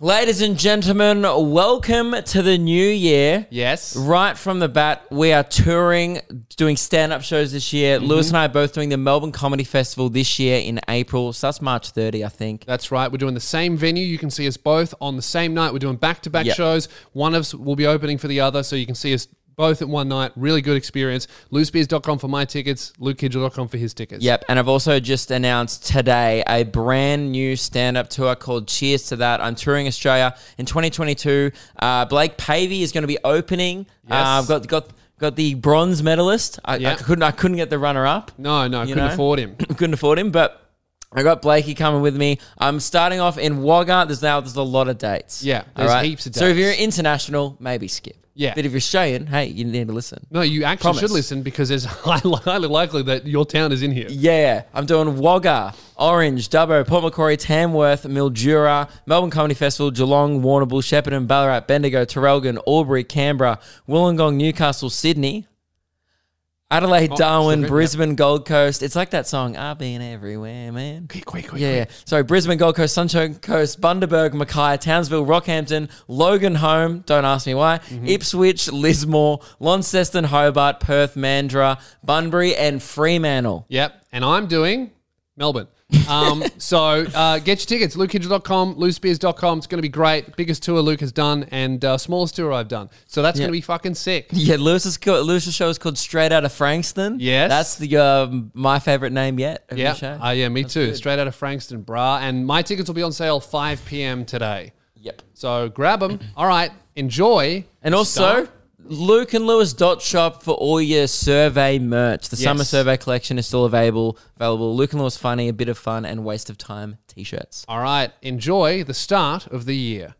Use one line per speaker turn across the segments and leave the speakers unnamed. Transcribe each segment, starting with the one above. Ladies and gentlemen, welcome to the new year.
Yes.
Right from the bat, we are touring, doing stand up shows this year. Lewis and I are both doing the Melbourne Comedy Festival this year in April. So that's March 30, I think.
That's right. We're doing the same venue. You can see us both on the same night. We're doing back to back
Yep.
shows. One of us will be opening for the other, so you can see us both at one night. Really good experience. LooseBeers.com for my tickets, LukeKidgel.com for his tickets.
Yep. And I've also just announced today a brand new stand up tour called Cheers to That. I'm touring Australia in 2022. Uh, Blake Pavey is going to be opening. Uh,
Yes.
I've got, got, got the bronze medalist. I,
Yep.
I, couldn't, I couldn't get the runner up.
No, no,
You
couldn't
know?
afford him.
couldn't afford him, but I got Blakey coming with me. I'm starting off in Wagga. There's now there's a lot of dates.
Yeah,
All
there's heaps of
So if
dates.
you're international, maybe skip.
Yeah.
but if you're Australian, hey, you need to listen.
No, you actually
Promise.
should listen because it's highly, highly likely that your town is in here.
Yeah, I'm doing Wagga, Orange, Dubbo, Port Macquarie, Tamworth, Mildura, Melbourne Comedy Festival, Geelong, Warrnambool, Shepparton, Ballarat, Bendigo, Terrelgan, Albury, Canberra, Wollongong, Newcastle, Sydney, Adelaide,
Oh,
Darwin,
Sydney, yeah.
Brisbane, Gold Coast. It's like that song, I've been everywhere, man.
Quick, quick, quick.
Yeah, yeah. Sorry, Brisbane, Gold Coast, Sunshine Coast, Bundaberg, Mackay, Townsville, Rockhampton, Logan Home, don't ask me why,
Mm-hmm.
Ipswich, Lismore, Launceston, Hobart, Perth, Mandurah, Bunbury, and Fremantle.
Yep. And I'm doing Melbourne. Um, so uh, get your tickets, lukehidgel.com, loosebeers.com. It's going to be great. Biggest tour Luke has done and uh, smallest tour I've done. So that's going to be fucking sick.
Yeah, Lewis's, co- Lewis's show is called Straight Out of Frankston.
Yes.
That's the um, my favorite name yet of
Yeah.
the show.
Uh, yeah, me too. Straight out of Frankston, brah. And my tickets will be on sale 5 p.m. today.
yep.
So grab them. All right. Enjoy.
And also,
Start.
Luke and Lewis dot shop for all your survey merch. The
Yes.
summer survey collection is still available. Available. Luke and Lewis funny, a bit of fun, and waste of time t-shirts.
All right. Enjoy the start of the year.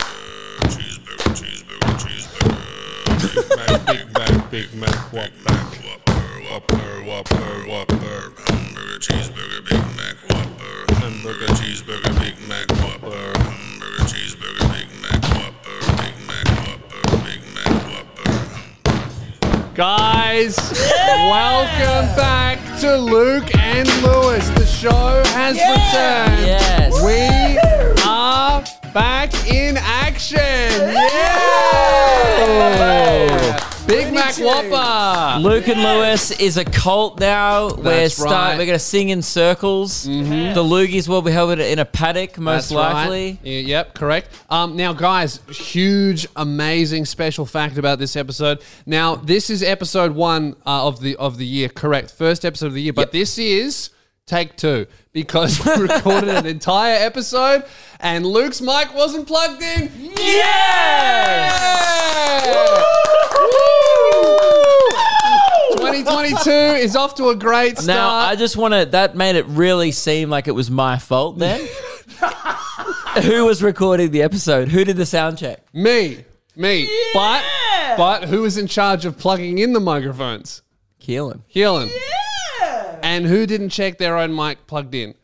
Cheeseburger, cheeseburger, cheeseburger. Big Mac, Big Mac, Big Mac, Whopper, Whopper, Whopper, Whopper, Whopper. Hamburger, cheeseburger, Big Mac, Whopper. Hamburger, cheeseburger, Big Mac, Whopper. Hamburger, cheeseburger, Big Mac, Whopper. Big Mac, Whopper, Big Mac, Whopper.
Guys, welcome back to Luke and Lewis. The show has returned.
Yes.
We are back in action. Yeah. Big Mac Whopper.
Luke and Lewis is a cult now. we're
That's
start.
right. Mm-hmm.
We're going to sing in circles. The loogies will be held in a paddock, most
That's right.
likely.
Y- Yep, correct. Um, now, guys, huge, amazing, special fact about this episode. Now, this is episode one uh, of the of the year. Correct, first episode of the year. But
Yep.
this is take two because we recorded an entire episode and Luke's mic wasn't plugged in. Yeah! Woo! 2022 is off to a great start.
Now, I just want to. That made it really seem like it was my fault then. Who was recording the episode? Who did the sound check?
Me. Me. But but who was in charge of plugging in the microphones?
Keelan.
Keelan. And who didn't check their own mic plugged in?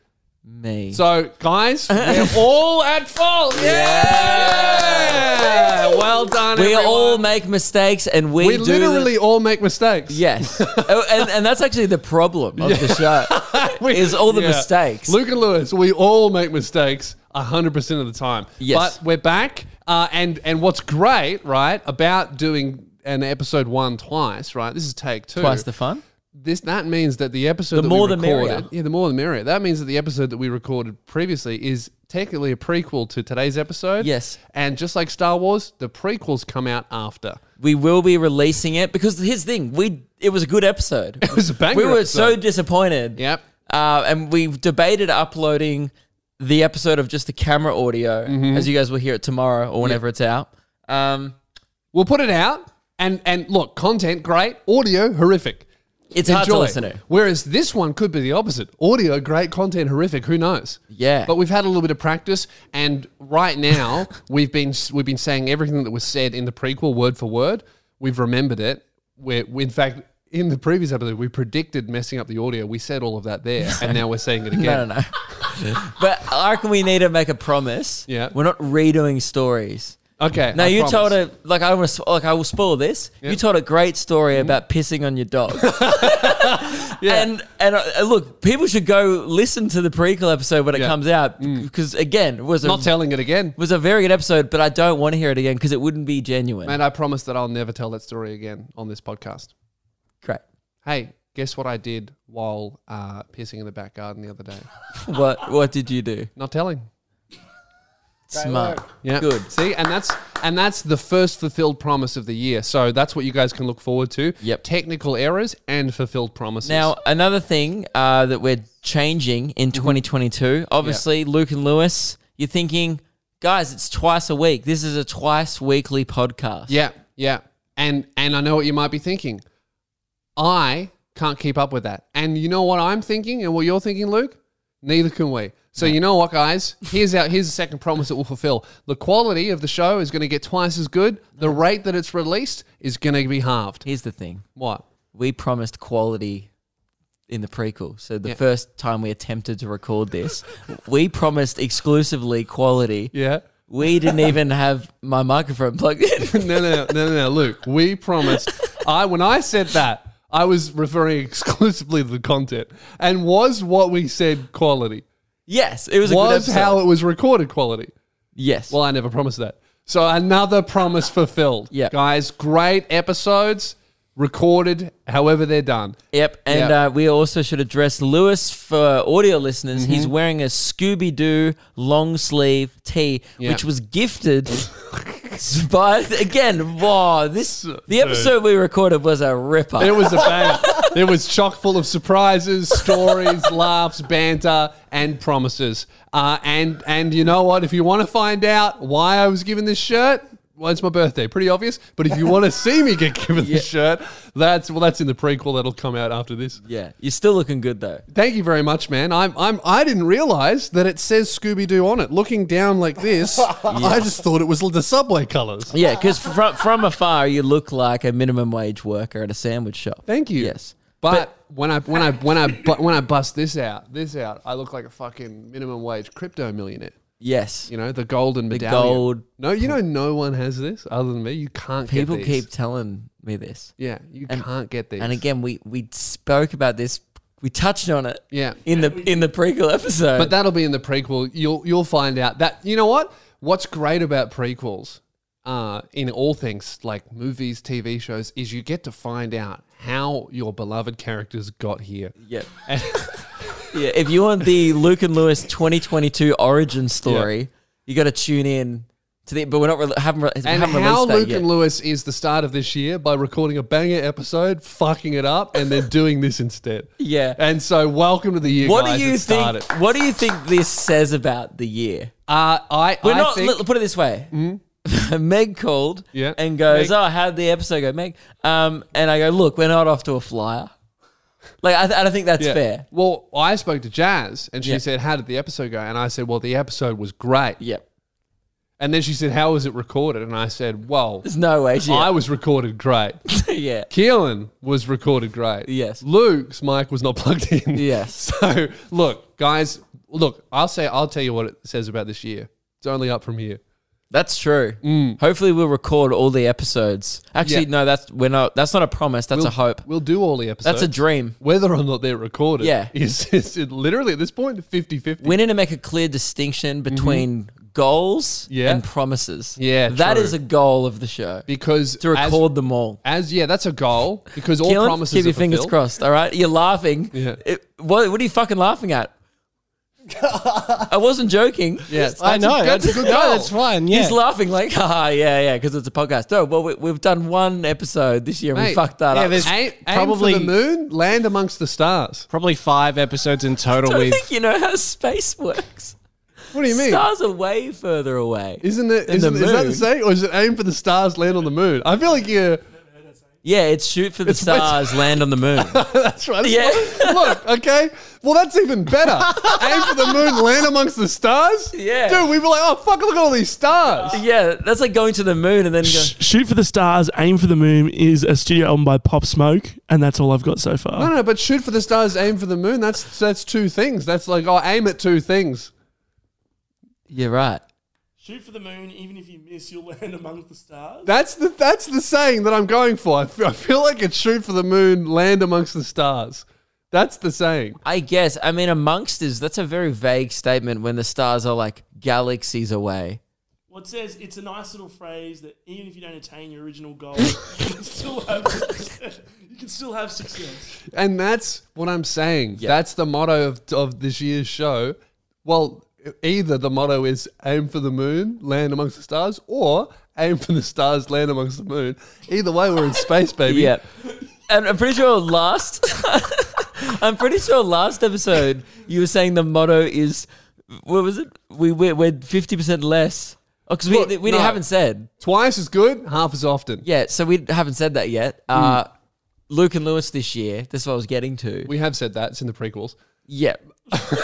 Me.
So, guys, we're all at fault. Yeah. Well done.
we
everyone.
all make mistakes and we,
we
do
literally
the-
all make mistakes.
Yes. Oh, and, and that's actually the problem of the show.
We-
is all the mistakes.
Luke and Lewis, we all make mistakes 100% of the time.
Yes.
But we're back. Uh, and, and what's great, right, about doing an episode one twice, right? This is take two.
Twice the fun.
this that means that the episode that
more the
we recorded,
merrier.
yeah, the more the merrier. That means that the episode that we recorded previously is technically a prequel to today's episode.
Yes.
and just like Star Wars, the prequels come out after.
we will be releasing it because here's the thing we it was a good episode it
was a banger
we were so
episode.
disappointed
Yep.
uh, and we debated uploading the episode of just the camera audio
Mm-hmm.
as you guys will hear it tomorrow or whenever it's out um,
We'll put it out, and and look, content great, audio horrific.
it's hard to
Enjoy.
listen to
Whereas this one could be the opposite: audio great, content horrific. Who knows?
Yeah.
But we've had a little bit of practice, and right now we've been we've been saying everything that was said in the prequel word for word. We've remembered it. We're, we in fact. In the previous episode, we predicted messing up the audio. We said all of that there, and now we're saying it again.
i don't know but i reckon we need to make a promise
Yeah.
we're not redoing stories
Okay.
Now
I
you
promise.
told a like I want to like I will spoil this. You told a great story
Mm-hmm.
about pissing on your dog. And and uh, look, people should go listen to the prequel episode when it
Yeah. Mm.
comes out because again, it was a
Not telling it again.
was a very good episode, but I don't want to hear it again because it wouldn't be genuine.
And I promise that I'll never tell that story again on this podcast.
Great.
Hey, guess what I did while uh, pissing in the back garden the other day?
What what did you do?
Not telling.
Smart.
Yeah.
Good.
See, and that's and that's the first fulfilled promise of the year. So that's what you guys can look forward to.
Yep.
Technical errors and fulfilled promises.
Now, Oh, another thing uh, that we're changing in
Mm-hmm.
2022, obviously, Luke and Lewis, you're thinking, guys, it's twice a week. This is a twice weekly podcast.
Yeah, yeah. And and I know what you might be thinking. I can't keep up with that. And you know what I'm thinking and what you're thinking, Luke? Neither can we. So you know what, guys? Here's our here's the second promise that we'll fulfill. The quality of the show is going to get twice as good. The rate that it's released is going to be halved.
Here's the thing
What?
we promised quality in the prequel. So, the first time we attempted to record this, we promised exclusively quality.
Yeah.
We didn't even have my microphone plugged in.
no, no, no, no, no, Luke. We promised. I when I said that, I was referring exclusively to the content, and was what we said quality
yes, it was, a good
was
episode.
how it was recorded quality.
yes.
Well, I never promised that. So another promise fulfilled.
Yeah.
guys, great episodes recorded, however they're done.
Yep, and
Yep.
Uh, we also should address Lewis for audio listeners.
Mm-hmm.
He's wearing a Scooby Doo long sleeve tee,
Yeah.
which was gifted. by again, wow! This the episode we recorded was a ripper.
It was a banger. it was chock full of surprises, stories, laughs, banter, and promises. Uh, and and you know what? If you want to find out why I was given this shirt. Well, it's my birthday, pretty obvious. But if you want to see me get given this shirt, that's well, that's in the prequel that'll come out after this.
yeah, you're still looking good though.
Thank you very much, man. I'm, I'm, I didn't realize that it says Scooby Doo on it. Looking down like this, I just thought it was the subway colors.
Yeah, because from from afar you look like a minimum wage worker at a sandwich shop.
Thank you.
Yes,
But, when I when I when I bu- when I bust this out, this out, I look like a fucking minimum wage crypto millionaire.
yes,
You know the golden medallion.
gold-
No, you know no one has this other than me. You can't.
people
get these.
keep telling me this.
Yeah, you can't get these.
And again, we we spoke about this. We touched on it.
Yeah.
In the in the prequel episode.
But that'll be in the prequel. You'll you'll find out that you know what what's great about prequels, uh, in all things like movies, TV shows, is you get to find out how your beloved characters got here.
yeah. yeah. If you want the Luke and Lewis 2022 origin story, you got to tune in to the. But we're not re- haven't, re-
And
haven't
how
released that
Luke
yet.
and Lewis is the start of this year by recording a banger episode, fucking it up, and then doing this instead.
Yeah.
And so, welcome to the year.
what
guys,
do you
that
think?
started.
What do you think this says about the year?
Uh, I
We're
I
not.
think- Hmm?
let- put it this way. Meg called
Yeah.
and goes,
Meg.
"Oh, how did the episode go, Meg?" Um, and I go, "Look, we're not off to a flyer." Like I, th- and I think that's
Yeah.
fair.
Well, I spoke to Jazz and she
Yeah.
said, How did the episode go? And I said, Well, the episode was great.
Yep.
And then she said, How was it recorded? And I said, Well,
There's no way. She,
I was recorded great.
yeah.
Keelan was recorded great.
Yes.
Luke's mic was not plugged in.
Yes.
So look, guys, look, I'll say I'll tell you what it says about this year. It's only up from here.
That's true. Hmm. Hopefully, we'll record all the episodes. Actually,
Yeah.
no, that's we're not. That's not a promise. That's a hope.
We'll do all the episodes.
That's a dream.
whether or not they're recorded
Yeah.
is, is it literally at this point 50 50.
We need to make a clear distinction between goals
Mm-hmm. Yeah.
and promises.
Yeah,
that
true.
is a goal of the show
Because
to
as-
record them all.
As yeah, that's a goal because all
Keelan,
promises
keep your
are
fingers
fulfilled.
crossed. All right, you're laughing.
Yeah.
It- what, what are you fucking laughing at? I wasn't joking.
Yes,
I know.
That's a good,
no,
that's a good goal.
that's fine. Yeah.
He's laughing like, ah, yeah, yeah, because it's a podcast. No, well, we, we've done one episode this year and we
Mate,
fucked that
yeah,
up.
there's-
Aim, probably
Probably-
the moon, land amongst the stars.
Probably five episodes in
I
total.
don't
With
think you know how space works.
What do you mean?
Stars are way further away.
Isn't it?
Than
Isn't,
the
is that
moon.
the same, or is it aim for the stars, land on the moon? I feel like you.
yeah, it's shoot for the
It's way-
stars, land on the moon.
That's right. that's
Yeah.
what- Look, okay. Well, that's even better. aim for the moon, land amongst the stars.
Yeah.
Dude, we'd be like, oh fuck, look at all these stars.
yeah, that's like going to the moon and then going.
Sh- Shoot for the Stars, Aim for the Moon is a studio album by Pop Smoke, and that's all I've got so far.
No, no, but shoot for the stars, aim for the moon. That's that's two things. That's like, oh, aim at two things.
You're right.
Shoot for the moon, even if you miss, you'll land among the stars.
That's the that's the saying that I'm going for. I f- I feel like it's shoot for the moon, land amongst the stars. That's the saying.
I guess. I mean, amongst us, that's a very vague statement when the stars are like galaxies away.
What it says it's a nice little phrase that even if you don't attain your original goal, you can still have success. you can still have success.
And that's what I'm saying.
Yeah.
That's the motto of, of this year's show. Well, either the motto is aim for the moon, land amongst the stars, or aim for the stars, land amongst the moon. Either way, we're in space, baby.
Yeah. And I'm pretty sure last I'm pretty sure last episode you were saying the motto is what was it? We we're, we're 50% less. Oh, cuz we
Look,
we
no.
haven't said.
Twice as good, half as often.
Yeah, so we haven't said that yet.
Hmm.
Uh Luke and Lewis this year. That's what I was getting to.
We have said that. It's in the prequels.
yeah.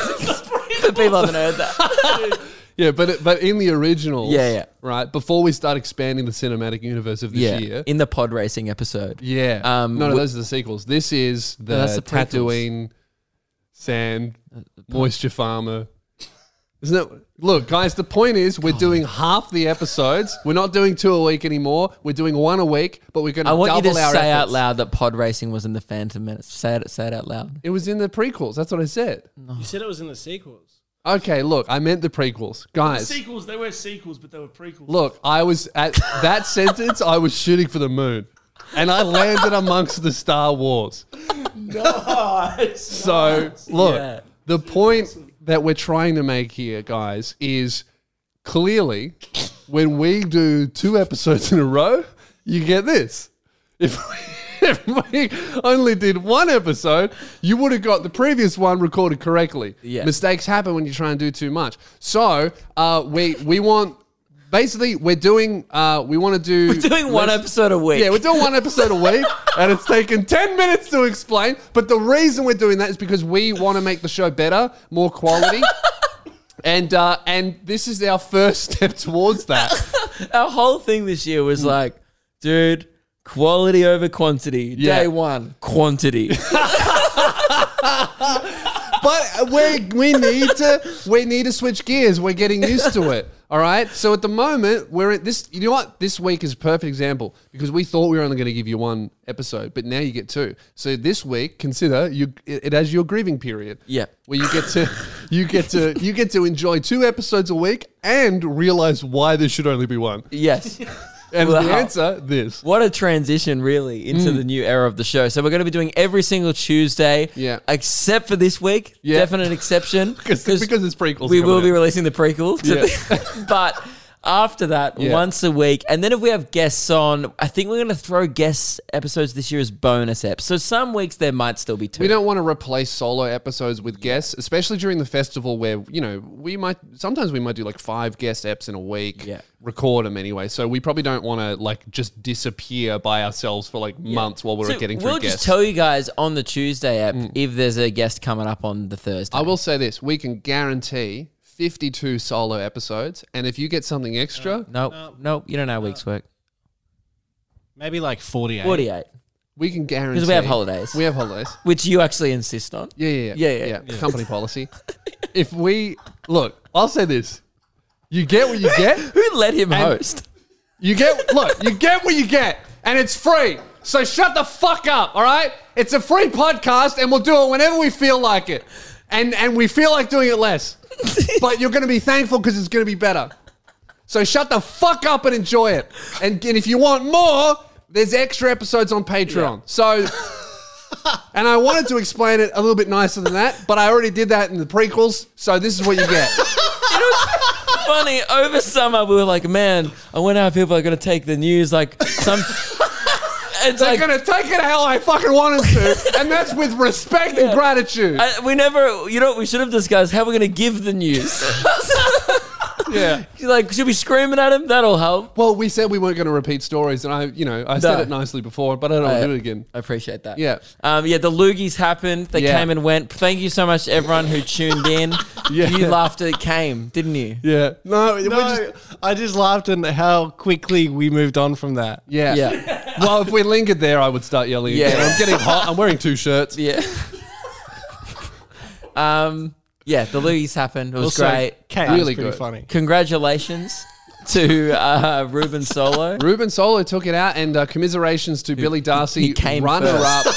but people haven't heard that.
Yeah, but it, but in the originals,
Yeah, yeah.
right before we start expanding the cinematic universe of this
yeah.
year,
In the pod racing episode.
yeah,
Um,
no, no,
wh-
those are the sequels. This is the
that's the prequels. Uh,
Tatooine sand moisture farmer. Isn't it? Look, guys, the point is we're doing half the episodes. We're not doing two a week anymore. We're doing one a week, but we're going
I
to
want
double
you to say
our
out
efforts.
loud that pod racing was in the Phantom Menace. Say it, say it out loud.
It was in the prequels. That's what I said.
Mm.
You said it was in the sequels.
Okay, look, I meant the prequels, guys.
Sequels, they were sequels, but they were prequels.
Look, I was at that sentence. I was shooting for the moon, and I landed amongst the Star Wars.
Nice.
So look,
Yeah.
the point that we're trying to make here, guys, is clearly when we do two episodes in a row, you get this. If we, if we only did one episode, you would have got the previous one recorded correctly.
Yeah.
Mistakes happen when you try and do too much. So uh, we we want basically we're doing uh, we want to do
We're doing one
less-
episode a week.
yeah, we're doing one episode a week, and it's taken 10 minutes to explain. But the reason we're doing that is because we want to make the show better, more quality. And uh, and this is our first step towards that.
our whole thing this year
Hmm.
was like, dude, quality over quantity.
Yeah.
Day one, quantity.
But we we need to we need to switch gears. We're getting used to it. All right. So at the moment we're at this. You know what? This week is a perfect example because we thought we were only going to give you one episode, but now you get two. So this week, consider you it, it as your grieving period.
Yeah.
Where you get to you get to you get to enjoy two episodes a week and realize why there should only be one.
yes.
And
Wow.
the answer this.
What a transition, really, into
Hmm.
the new era of the show. So we're going to be doing every single Tuesday,
Yeah.
except for this week.
Yeah.
Definite exception.
Because, because it's prequels.
we
are
will
coming
be
out.
releasing the prequel. to
Yeah.
the- but after that,
Yeah.
once a week. And then if we have guests on, I think we're going to throw guest episodes this year as bonus eps. So some weeks there might still be two.
We don't want to replace solo episodes with guests, especially during the festival where, you know, we might sometimes we might do like five guest eps in a week,
Yeah.
record them anyway. So we probably don't want to like just disappear by ourselves for like months while we're
So
getting through Mm.
we'll
guests.
just tell you guys on the Tuesday app if there's a guest coming up on the Thursday.
I will say this, we can guarantee 52 solo episodes and if you get something extra,
Uh, no, no, you don't know how weeks work.
Maybe like 48.
48,
we can guarantee
we have holidays.
We have holidays.
which you actually insist on.
Yeah, yeah,
Yeah, yeah,
Company policy. if we look, I'll say this. You get what you get.
Who let him host?
You get look, you get what you get, and it's free. So shut the fuck up, all right? It's a free podcast, and we'll do it whenever we feel like it, and and we feel like doing it less. but you're gonna be thankful because it's gonna be better. So shut the fuck up and enjoy it. And, and if you want more, there's extra episodes on Patreon. So. And I wanted to explain it a little bit nicer than that, but I already did that in the prequels, so this is what you get.
Funny, over summer we were like, man, I wonder how people are going to take the news. Like some, it's
They're
like
gonna take it how I fucking want them to, and that's with respect and gratitude.
I, we never. You know, what we should have discussed how we're going to give the news.
yeah.
like, should we screaming at him? That'll help.
Well, we said we weren't going to repeat stories, and I, you know, I said
No.
it nicely before, but I don't want
I-
to do it again.
I appreciate that.
Yeah.
Um, yeah, the loogies happened. They
Yeah.
came and went. Thank you so much to everyone who tuned in.
Yeah.
You laughed at it came, didn't you?
Yeah. No. We're
No,
just,
I just laughed at how quickly we moved on from that.
yeah.
Yeah.
well, if we lingered there, I would start yelling.
Yeah.
Yeah. I'm getting hot. I'm wearing two shirts.
Yeah. um, yeah, the loogies happened. It was
Also-
great.
Kate
Really
was pretty
good.
funny.
Congratulations to uh, Ruben Solo.
Ruben Solo took it out, and uh, commiserations to Billy Darcy,
he came
runner up.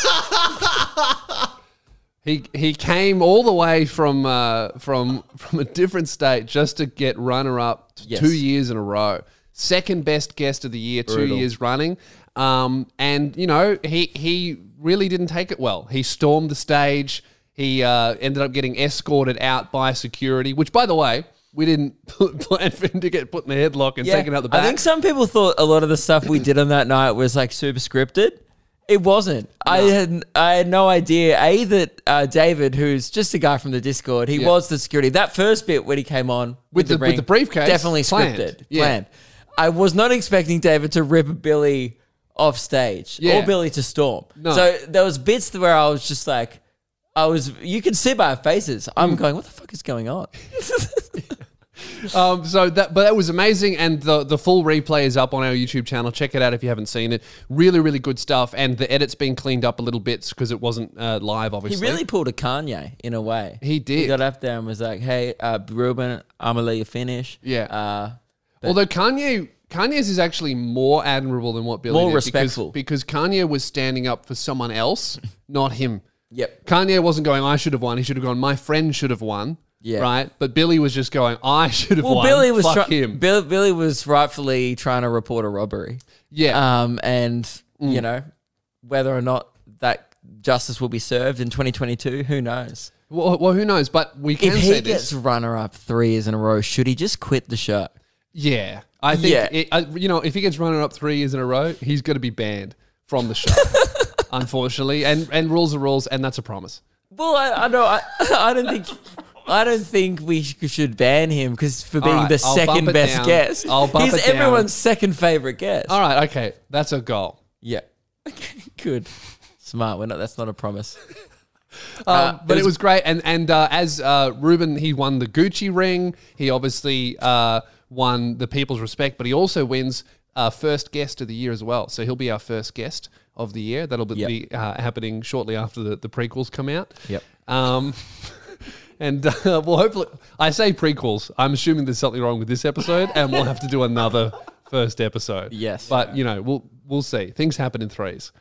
he he came all the way from uh, from from a different state just to get runner up t-
Yes.
two years in a row. Second best guest of the year, two years running. Um, and you know he he really didn't take it well. He stormed the stage. He uh, ended up getting escorted out by security, which, by the way, we didn't plan for him to get put in the headlock and
Yeah.
taken out the back.
I think some people thought a lot of the stuff we did on that night was like super scripted. It wasn't. I had I had no idea. A that uh, David, who's just a guy from the Discord, he
Yeah.
was the security. That first bit when he came on with,
With
the,
the- with
ring,
the briefcase,
definitely
planned.
scripted,
Yeah.
planned. I was not expecting David to rip Billy off stage
Yeah.
or Billy to storm.
No.
So there was bits where I was just like, I was. You can see by our faces.
Hmm.
I'm going, what the fuck is going on?
Um, so that, but that was amazing, and the the full replay is up on our YouTube channel. Check it out if you haven't seen it. Really, really good stuff, and the edit's been cleaned up a little bit because it wasn't uh, live.
He
Obviously,
really pulled a Kanye in a way.
He
He
did.
got up there and was like, "Hey, uh, Ruben, I'm gonna let you finish."
Yeah.
Uh,
Although Kanye. Kanye's is actually more admirable than what Billy
More
did because-
respectful.
because, Kanye was standing up for someone else, not him.
Yep.
Kanye wasn't going, I should have won. He should have gone, my friend should have won.
Yeah.
Right? But Billy was just going, I should have
well,
won.
Billy was
Fuck
try-
him.
Bill- Billy was rightfully trying to report a robbery.
yeah. Mm.
Um, and you know whether or not that justice will be served in 2022, who knows?
well, well, who knows? But we can
If
say
he
this.
gets runner-up three years in a row, should he just quit the show?
Yeah, I think
Yeah.
It, I, you know if he gets runner up three years in a row, he's going to be banned from the show, unfortunately. And and rules are rules, and that's a promise.
Well, I, I know I, I don't think I don't think we sh- should ban him because for being
right,
the
I'll bump
second
it
best
down.
guest,
I'll bump
he's
it down.
everyone's second favorite guest.
All right, okay, that's a goal.
Yeah. Okay. Good. Smart. We're not. That's not a promise.
Um,
Uh,
but
it was-
it was great, and and uh, as uh, Ruben, he won the Gucci ring. He obviously uh, won the people's respect, but he also wins uh, first guest of the year as well. So he'll be our first guest of the year. That'll be
Yep.
uh, happening shortly after the, the prequels come out.
Yep.
Um, and uh, well, hopefully, I say prequels. I'm assuming there's something wrong with this episode, and we'll have to do another first episode.
Yes.
but you know, we'll we'll see. Things happen in threes.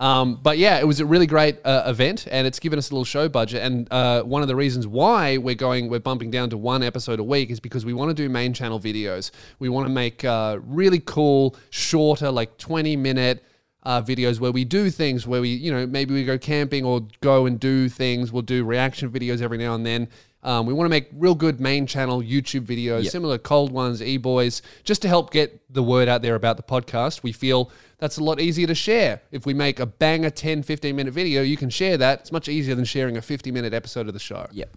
Um, but yeah, it was a really great uh, event, and it's given us a little show budget. And uh, one of the reasons why we're going, we're bumping down to one episode a week, is because we want to do main channel videos. We want to make uh, really cool, shorter, like twenty minute uh, videos where we do things where we, you know, maybe we go camping or go and do things. We'll do reaction videos every now and then. Um, we want to make real good main channel YouTube videos, similar cold ones, e boys, just to help get the word out there about the podcast. We feel that's a lot easier to share. If we make a banger 10, 15 minute video, you can share that. It's much easier than sharing a 50 minute episode of the show.
Yep.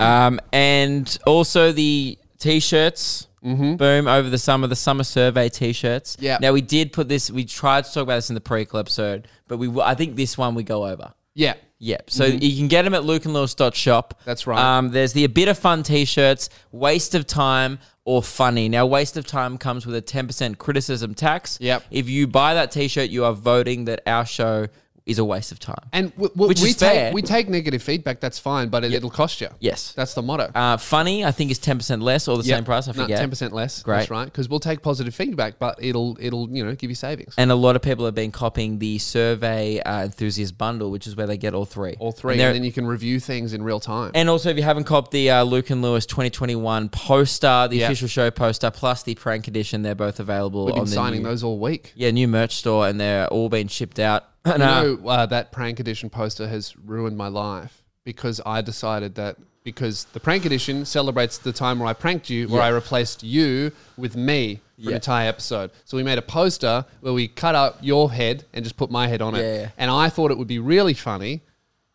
Um, and also the t-shirts. Boom over the summer, the summer survey T-shirts.
Yeah.
Now we did put this. We tried to talk about this in the prequel episode, but we w- I think this one we go over.
Yeah.
Yep. So you can get them at lukeandlewis.shop.
Mm-hmm. That's right.
Um, there's the A Bit of Fun t shirts, Waste of Time, or Funny. Now, Waste of Time comes with a 10% criticism tax.
Yep.
If you buy that t shirt, you are voting that our show is a waste of time.
And w- w-
Which
we,
is
take,
fair.
we take negative feedback, that's fine, but it, it'll cost you.
Yes.
That's the motto.
uh, funny, I think, is 10% less or the same price. I forget.
Ten percent less.
Great.
That's right. Because we'll take positive feedback, but it'll it'll you know give you savings.
And a lot of people have been copying the survey uh, enthusiast bundle, which is where they get all three.
All three,
And
and,
they're-
then you can review things in real time.
And also, if you haven't copped the uh, Luke and Lewis 2021 poster, the
Yeah.
official show poster, plus the prank edition, they're both available.
We've
on
been
the
signing
new-
those all week.
Yeah, new merch store, and they're all being shipped out. And,
You
uh,
know uh, that prank edition poster has ruined my life because I decided that because the prank edition celebrates the time where I pranked you, where I replaced you with me for an
Yeah.
entire episode. So we made a poster where we cut up your head and just put my head on it.
Yeah, yeah.
And I thought it would be really funny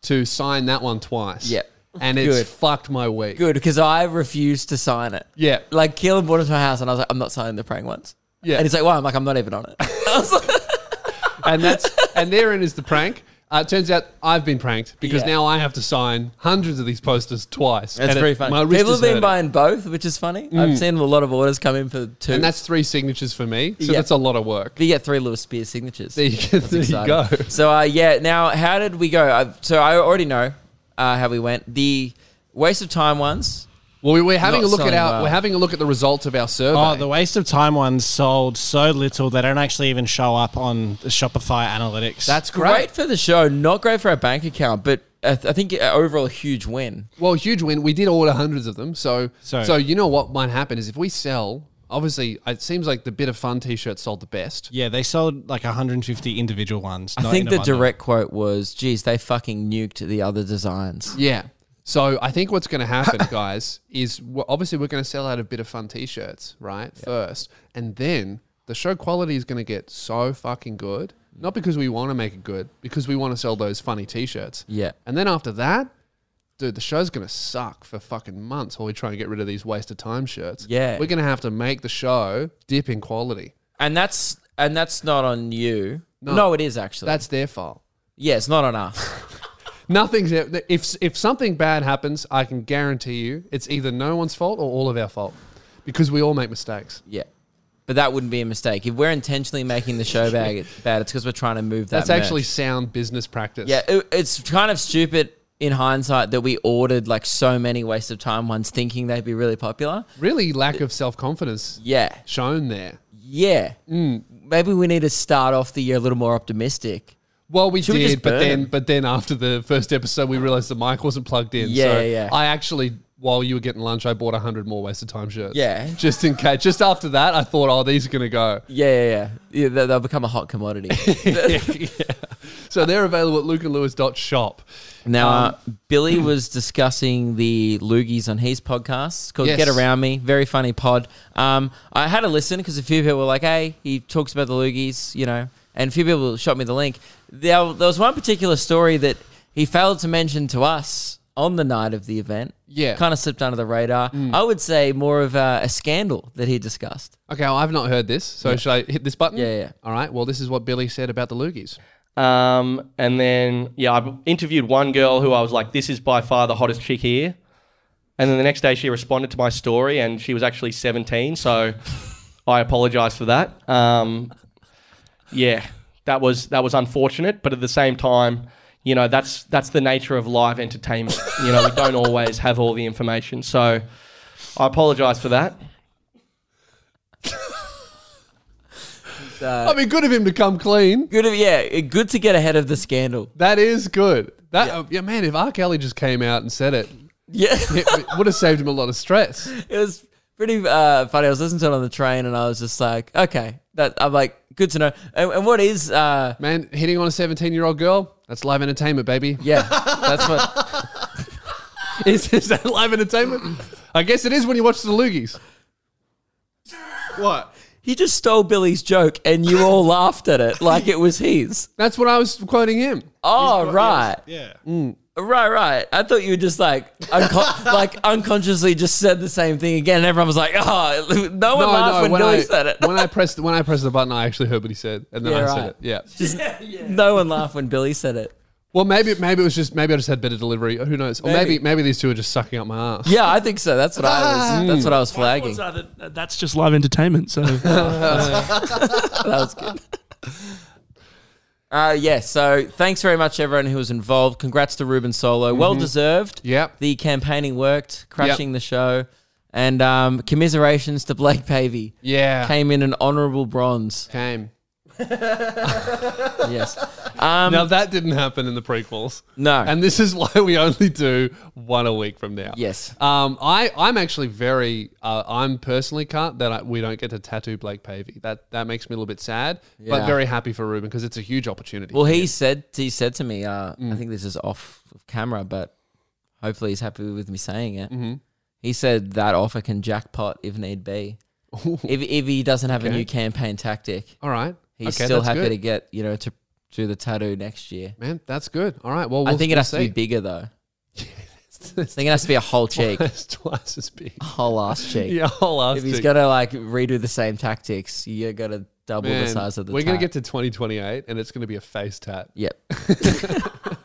to sign that one twice.
Yep.
And it's
Good.
fucked my week.
good because I refused to sign it.
Yeah.
like Keelan brought it to my house, and I was like, I'm not signing the prank ones.
Yeah.
and he's like, why? I'm like, I'm not even on it. I was like,
and that's and therein is the prank. Uh, it turns out I've been pranked because
Yeah.
now I have to sign hundreds of these posters twice.
That's
and
pretty
it-
funny.
My wrist
People
is
have been
hurting.
buying both, which is funny. I've seen a lot of orders come in for two.
Mm. and that's three signatures for me. So
Yeah.
that's a lot of work.
But you get three Lewis Spears signatures.
There you, there you go.
exciting. So uh, yeah, now how did we go? i so I already know uh, how we went. The Waste of time ones.
Well, we, we're having
Not
a look at
selling
our
well.
we're having a look at the results of our survey.
Oh, the waste of time ones sold so little they don't actually even show up on the Shopify analytics.
That's
Great.
great.
for the show, not great for our bank account, but I, th- I think uh, overall a huge win.
Well, huge win. We did order hundreds of them. So, so,
So-
you know what might happen is if we sell, obviously, it seems like the bit of fun T-shirt sold the best.
yeah, they sold like 150 individual ones.
I think the direct quote was, "Geez, they fucking nuked the other designs."
Yeah. So I think what's going to happen, guys, is we obviously we're going to sell out a bit of fun T-shirts, right? First, and then the show quality is going to get so fucking good. Not because we want to make it good, because we want to sell those funny T-shirts.
Yeah.
And then after that, dude, the show's going to suck for fucking months while we try and get rid of these waste of time shirts.
Yeah.
We're going to have to make the show dip in quality.
and that's and that's not on you. No, it is actually.
That's their fault.
yeah, it's not on us.
Nothing's e-, if if something bad happens, I can guarantee you it's either no one's fault or all of our fault because we all make mistakes.
yeah, but that wouldn't be a mistake if we're intentionally making the show bad. bad it's because we're trying to move that.
That's actually
merch.
sound business practice.
yeah. It, it's kind of stupid in hindsight that we ordered like so many waste of time ones, thinking they'd be really popular.
Really lack of self-confidence
Yeah,
shown there.
yeah. Mm. Maybe we need to start off the year a little more optimistic.
Well, we
Should we
did,
just
but
burn
then
them?
but then after the first episode, we realized the mic wasn't plugged in.
Yeah,
so
yeah, yeah.
I actually, while you were getting lunch, I bought hundred more wasted time shirts.
Yeah.
just in case. Just after that, I thought, oh, these are gonna go.
Yeah, yeah, yeah. yeah they- they'll become a hot commodity.
So they're available at lukeandlewis.shop.
Now,
Um,
uh, Billy was discussing the loogies on his podcast It's called
Yes.
Get Around Me. Very funny pod. Um, I had a listen because a few people were like, hey, he talks about the loogies, you know, and a few people shot me the link. There, there was one particular story that he failed to mention to us on the night of the event.
Yeah. Mm.
Kind of slipped under the radar. I would say more of a, a scandal that he discussed.
Okay, well, I've not heard this. So should I hit this button?
Yeah, yeah.
All right. Well, this is what Billy said about the loogies.
Um, and then, yeah, I interviewed one girl who I was like, this is by far the hottest chick here. And then the next day she responded to my story and she was actually 17. So I apologize for that. Um, yeah, that was, that was unfortunate. But at the same time, you know, that's, that's the nature of live entertainment. You know, we don't always have all the information. So I apologize for that.
I mean, good of him to come clean.
Uh, Good, of, yeah, good to get ahead of the scandal.
That is good. That oh, yeah, man. If R. Kelly just came out and said it,
Yeah.
it would have saved him a lot of stress.
it was pretty uh, funny. I was listening to it on the train, and I was just like, okay, that I'm like, good to know. And, and what is, uh,
Man, hitting on a seventeen-year-old girl—that's live entertainment, baby.
yeah, that's what.
Is, is that live entertainment? I guess it is when you watch the loogies. What?
He just stole Billy's joke, and you all laughed at it like it was his.
That's what I was quoting him.
Oh right,
Yeah.
right, right. I thought you were just like, unco- like unconsciously just said the same thing again, and everyone was like, oh, no one laughed when, Billy
I,
said it.
when I pressed when I pressed the button, I actually heard what he said, and then
Yeah,
I
right.
said it. Yeah.
no one laughed when Billy said it.
Well, maybe maybe it was just maybe I just had better delivery. Who knows? Or maybe
Maybe.
maybe these two are just sucking up my ass.
Yeah, I think so. That's what I was. That's what I was
My
flagging.
thoughts are that- that- that's just live entertainment. So
Uh, yeah, so thanks very much, everyone who was involved. Congrats to Ruben Solo. Well
Mm-hmm.
deserved.
Yep.
The campaigning worked, crashing the show. And um, commiserations to Blake Pavey.
Yeah.
Came in an honorable bronze.
Came.
yes. Um,
now that didn't happen in the prequels.
No.
And this is why we only do one a week from now.
Yes.
Um, I I'm actually very uh, I'm personally cut that I, we don't get to tattoo Blake Pavey. That that makes me a little bit sad, but
Yeah.
very happy for Ruben because it's a huge opportunity.
Well, he said he said to me, uh,
Mm.
I think this is off of camera, but hopefully he's happy with me saying it.
Mm-hmm.
He said that offer can jackpot if need be. if, if he doesn't have a new campaign tactic,
All right.
he's
Okay,
still
that's
happy
good.
to get, you know, to do the tattoo next year.
Man, that's good. All right. Well, we'll
I think it
we'll
has to be
see.
bigger though. I think it has to be a whole cheek,
It's twice as big.
whole ass cheek.
Yeah, I'll ask
If he's
you.
got to like redo the same tactics, you got to double
Man,
the size of the.
We're gonna
tat.
get to 2028, and it's gonna be a face tat.
Yep.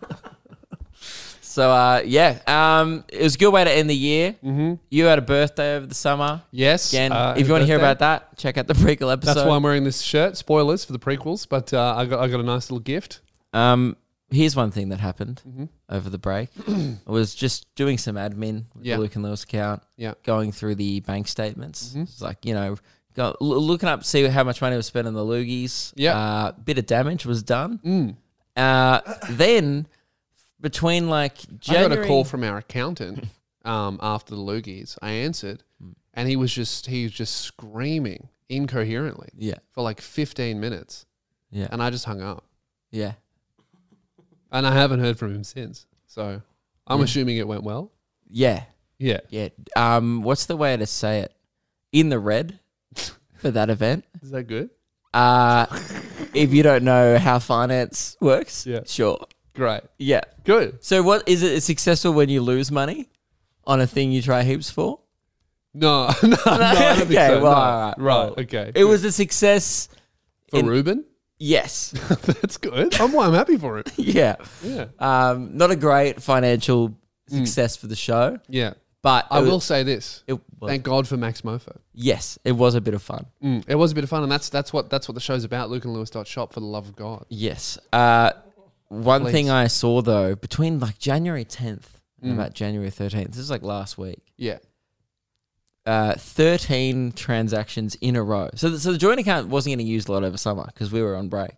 so uh, yeah, um, it was a good way to end the year. Mm-hmm. You had a birthday over the summer.
Yes.
Again,
uh,
if you want to hear
birthday.
about that, check out the prequel episode.
That's why I'm wearing this shirt. Spoilers for the prequels, but uh, I got I got a nice little gift.
um, here's one thing that happened
Mm-hmm.
over the break. I was just doing some admin with
Yeah.
the Luke and Lewis account,
Yeah. Mm-hmm.
going through the bank statements. It's like, you know, go, l- looking up, see how much money was spent on the loogies.
Yeah. Mm.
Uh, bit of damage was done. Uh, then between like January.
I got a call from our accountant um, after the loogies. I answered,
Hmm.
and he was just he was just screaming incoherently
Yeah.
for like 15 minutes,
Yeah.
and I just hung up.
Yeah.
And I haven't heard from him since. So I'm assuming it went well.
Yeah.
Yeah.
Yeah. Um, what's the way to say it? In the red for that event.
Is that good?
Uh, if you don't know how finance works,
Yeah.
sure.
Great.
Yeah.
Good.
So what is it successful when you lose money on a thing you try heaps for?
No, no, no, I don't think
Okay,
so.
well,
No.
alright,
Right. Okay.
It was a success.
for
in-
Ruben.
Yes.
That's good. I'm I'm happy for it.
yeah.
Yeah.
Um, not a great financial success for the show,
Yeah.
but
Hmm. I
it wa-
will say this.
It was,
Thank God for Max Mofo.
yes, it was a bit of fun.
Mm, it was a bit of fun, and that's that's what that's what the show's about. Luke and Lewis shop for the love of God.
Yes. Uh, one
Please. Hmm.
thing I saw though between like January 10th and about January 13th, this is like last week.
Yeah,
uh, 13 transactions in a row. So, th- so the joint account wasn't getting used a lot over summer because we were on break.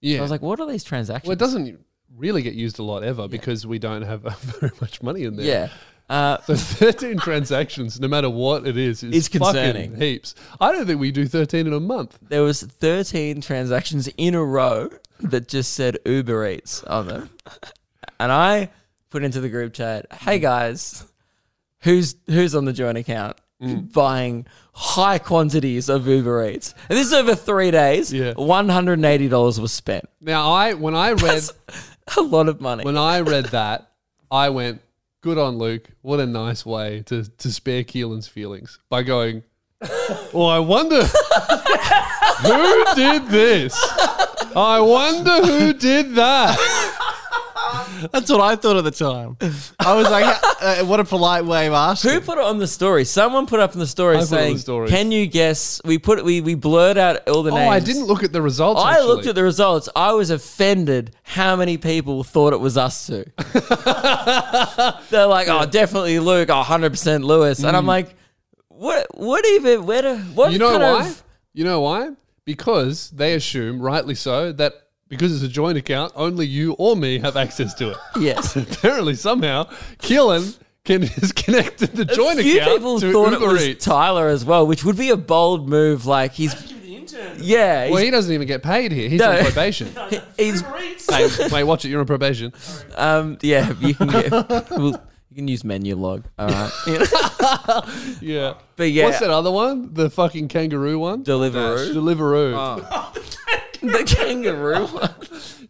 yeah.
I was like, what are these transactions?
well, it doesn't really get used a lot ever because we don't have uh, very much money in there.
Yeah. Uh,
So thirteen transactions, no matter what it is, is
It's
fucking
concerning.
Heaps. I don't think we do thirteen in a month.
there was 13 transactions in a row that just said Uber Eats on them. and I put into the group chat, "Hey guys, who's who's on the joint account
Mm.
buying high quantities of Uber Eats?" And this is over 3 days.
Yeah.
$180 was spent.
Now, I when I read
A lot of money.
when I read that, I went, "Good on Luke! What a nice way to to spare Keelan's feelings by going." Well, I wonder who did this. I wonder who did that.
That's what I thought at the time. I was like, uh, what a polite way of asking.
Who put it on the story? Someone put up in the story
I put it on
saying,
the stories.
"Can you guess?" We put we we blurred out all the
Oh,
names.
I didn't look at the results.
I looked
actually.
at the results. I was offended how many people thought it was us two. They're like, "Oh, definitely Luke. Oh, 100% Lewis." And I'm like, "What? What even? Where? Do, what?
Mm. You know
kind
why?
Of,
You know why? Because they assume, rightly so, that because it's a joint account, only you or me have access to it.
yes.
Apparently, somehow, Keelan can is connected the joint
a few
account
people
to
thought
Uber
it was
Eats.
Tyler as well, which would be a bold move. Like he's
Give the intern.
yeah, he's,
well, he doesn't even get paid here. He's
No.
on probation.
he's
Reeds.
Wait, watch it. You're on probation.
um yeah. You can get well, you can use menu log. All right. You know?
Yeah.
But yeah,
What's that other one? The fucking kangaroo one?
Deliveroo? Ah.
Deliveroo.
the kangaroo. one.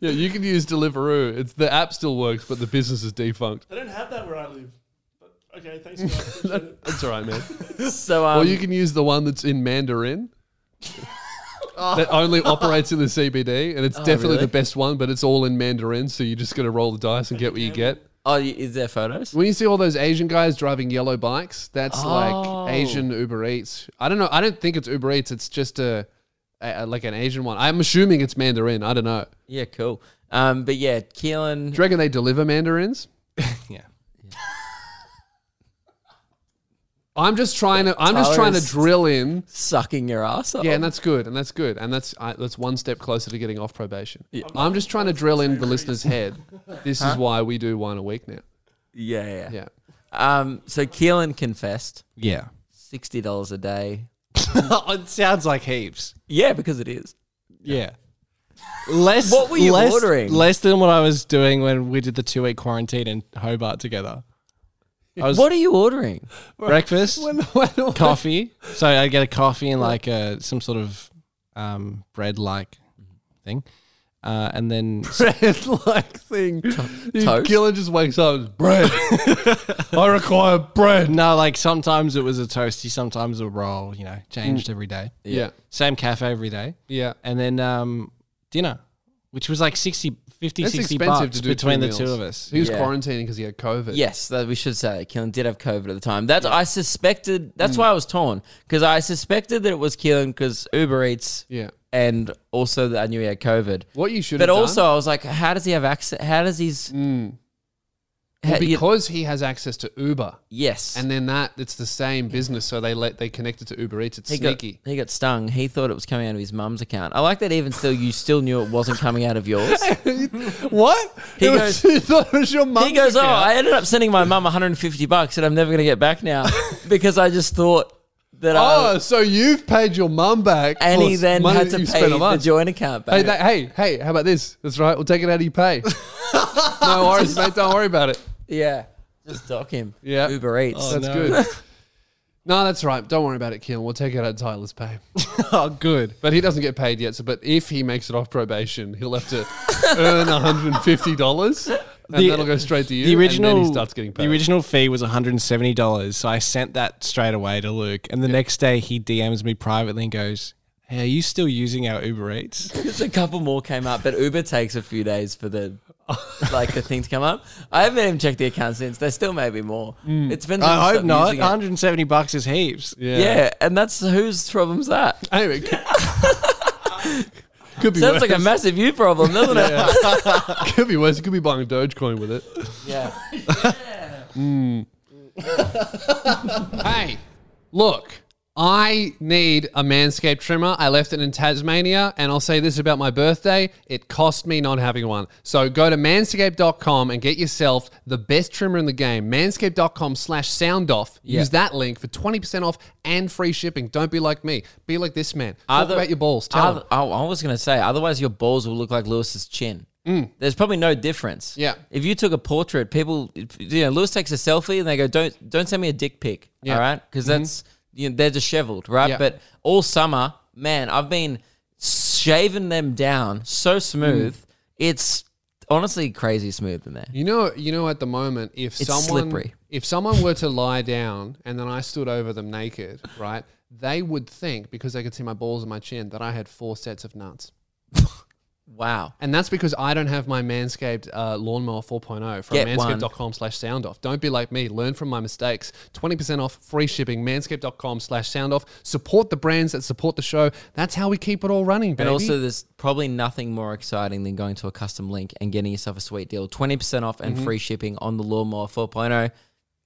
Yeah, you can use Deliveroo. It's the app still works, but the business is defunct.
I don't have that where I live. But, okay, thanks. guys. Appreciate it.
That's all right, man.
so um,
Or you can use the one that's in Mandarin. that only operates in the CBD, and it's definitely
Oh, really?
the best one. But it's all in Mandarin, so you just got to roll the dice and get what you get.
oh, y- is there photos?
When you see all those Asian guys driving yellow bikes, that's
Oh.
like Asian Uber Eats. I don't know. I don't think it's Uber Eats. It's just a, a a- like an Asian one. I'm assuming it's Mandarin. I don't know.
Yeah, cool. Um, but yeah, Keelan.
Do you reckon they deliver mandarins?
Yeah.
I'm just trying to. I'm just trying to
Tolerance.
drill in.
Sucking your ass up.
Yeah, and that's good, and that's good, and that's I, that's one step closer to getting off probation. I'm just trying to drill in the listener's head. This is why we do one a week now.
yeah, yeah.
Yeah,
Um, so Keelan confessed
Yeah.
sixty dollars a day.
it sounds like heaps.
Yeah, because it is.
Yeah. Less.
What were you
less,
ordering?
Less than what I was doing when we did the two week quarantine in Hobart together. I was
What are you ordering?
breakfast,
Well,
coffee. So I get a coffee and like a, some sort of um, bread like thing. Uh, and then
bread like thing.
toast?
Killer just wakes up. and, Bread. I require bread.
No, like sometimes it was a toasty, sometimes a roll, you know, changed every day.
Yeah,
Same cafe every day.
yeah.
And then um, dinner, which was like 60, 50,
That's
60
expensive
bucks
to do
between
two
the two
meals.
of us.
He was
Yeah.
quarantining because he had COVID.
Yes, that we should say Keelan did have COVID at the time. That's I
Mm.
suspected. That's why I was torn because I suspected that it was Keelan because Uber Eats
yeah.
and also that I knew he had COVID.
What you should
But
have done- Mm.
also, I was like, how does he have access? How does his
Well,
how- you-
because he has access to Uber,
yes?
and then that it's the same business, so they let they connect it to Uber Eats. It's
he got,
sneaky.
he got stung. He thought it was coming out of his mum's account. I like that. Even still, you still knew it wasn't coming out of yours.
What?
He
It was-
goes-
you thought it was your mum.
He goes, "Oh, I ended up sending my mum 150 bucks, and I'm never going to get back now because I just thought that I."
Oh, so you've paid your mum back.
And
for
he then
money
had
that
to
you spent
pay
on
the
us.
joint account
Hey,
back.
that, hey, hey! How about this? That's right. We'll take it out of your pay. no worries, mate. Don't worry about it.
yeah, just dock him.
Yeah. Oh,
Uber Eats.
That's
Oh, no.
good. No, that's right. Don't worry about it, Keelan. We'll take it out of Tyler's pay.
Oh, good.
But he doesn't get paid yet. So, but if he makes it off probation, he'll have to earn one hundred and fifty dollars, and
The-
that'll go straight to you.
The original
and then he starts getting paid.
The original fee was one hundred and seventy dollars, so I sent that straight away to Luke, and the next day he DMs me privately and goes, "Hey, are you still using our Uber Eats?"
Just a couple more came up, but Uber takes a few days for the like the thing to come up. I haven't even checked the account since. There still may be more.
Mm.
It's been.
I hope not. One hundred and seventy bucks is heaps.
Yeah. yeah, and that's whose problem's that?
Anyway, could, could be
Sounds
worse.
like a massive you problem, doesn't it?
could be worse. You could be buying Dogecoin with it.
Yeah.
Hey, look, I need a Manscaped trimmer. I left it in Tasmania, and I'll say this about my birthday it cost me not having one. So go to manscaped.com and get yourself the best trimmer in the game, manscaped.com slash sound off. Use that link for 20% off and free shipping. Don't be like me. Be like this man. Talk
Other-
about your balls. Tell
Oth-
him.
oh, I was going to say, otherwise your balls will look like Lewis's chin. There's probably no difference.
Mm. Yeah.
If you took a portrait, people, if- you know, Lewis takes a selfie and they go, "Don't, don't send me a dick pic."
Yeah. Mm-hmm.
All right, because that's you know they're dishevelled, right?
Yeah.
But all summer, man, I've been shaving them down so smooth.
Mm.
It's honestly crazy smooth in there.
You know, you know, at the moment, if
It's
someone
slippery.
if someone were to lie down and then I stood over them naked, right, they would think because they could see my balls and my chin that I had four sets of nuts,
Wow.
and that's because I don't have my manscaped uh, lawnmower 4.0 from
Get one.
manscaped.com/soundoff. Don't be like me. Learn from my mistakes. Twenty percent off, free shipping. Manscaped.com/soundoff. Support the brands that support the show. That's how we keep it all running, baby.
And also, there's probably nothing more exciting than going to a custom link and getting yourself a sweet deal 20% off
Mm-hmm.
and free shipping on the Lawnmower 4.0.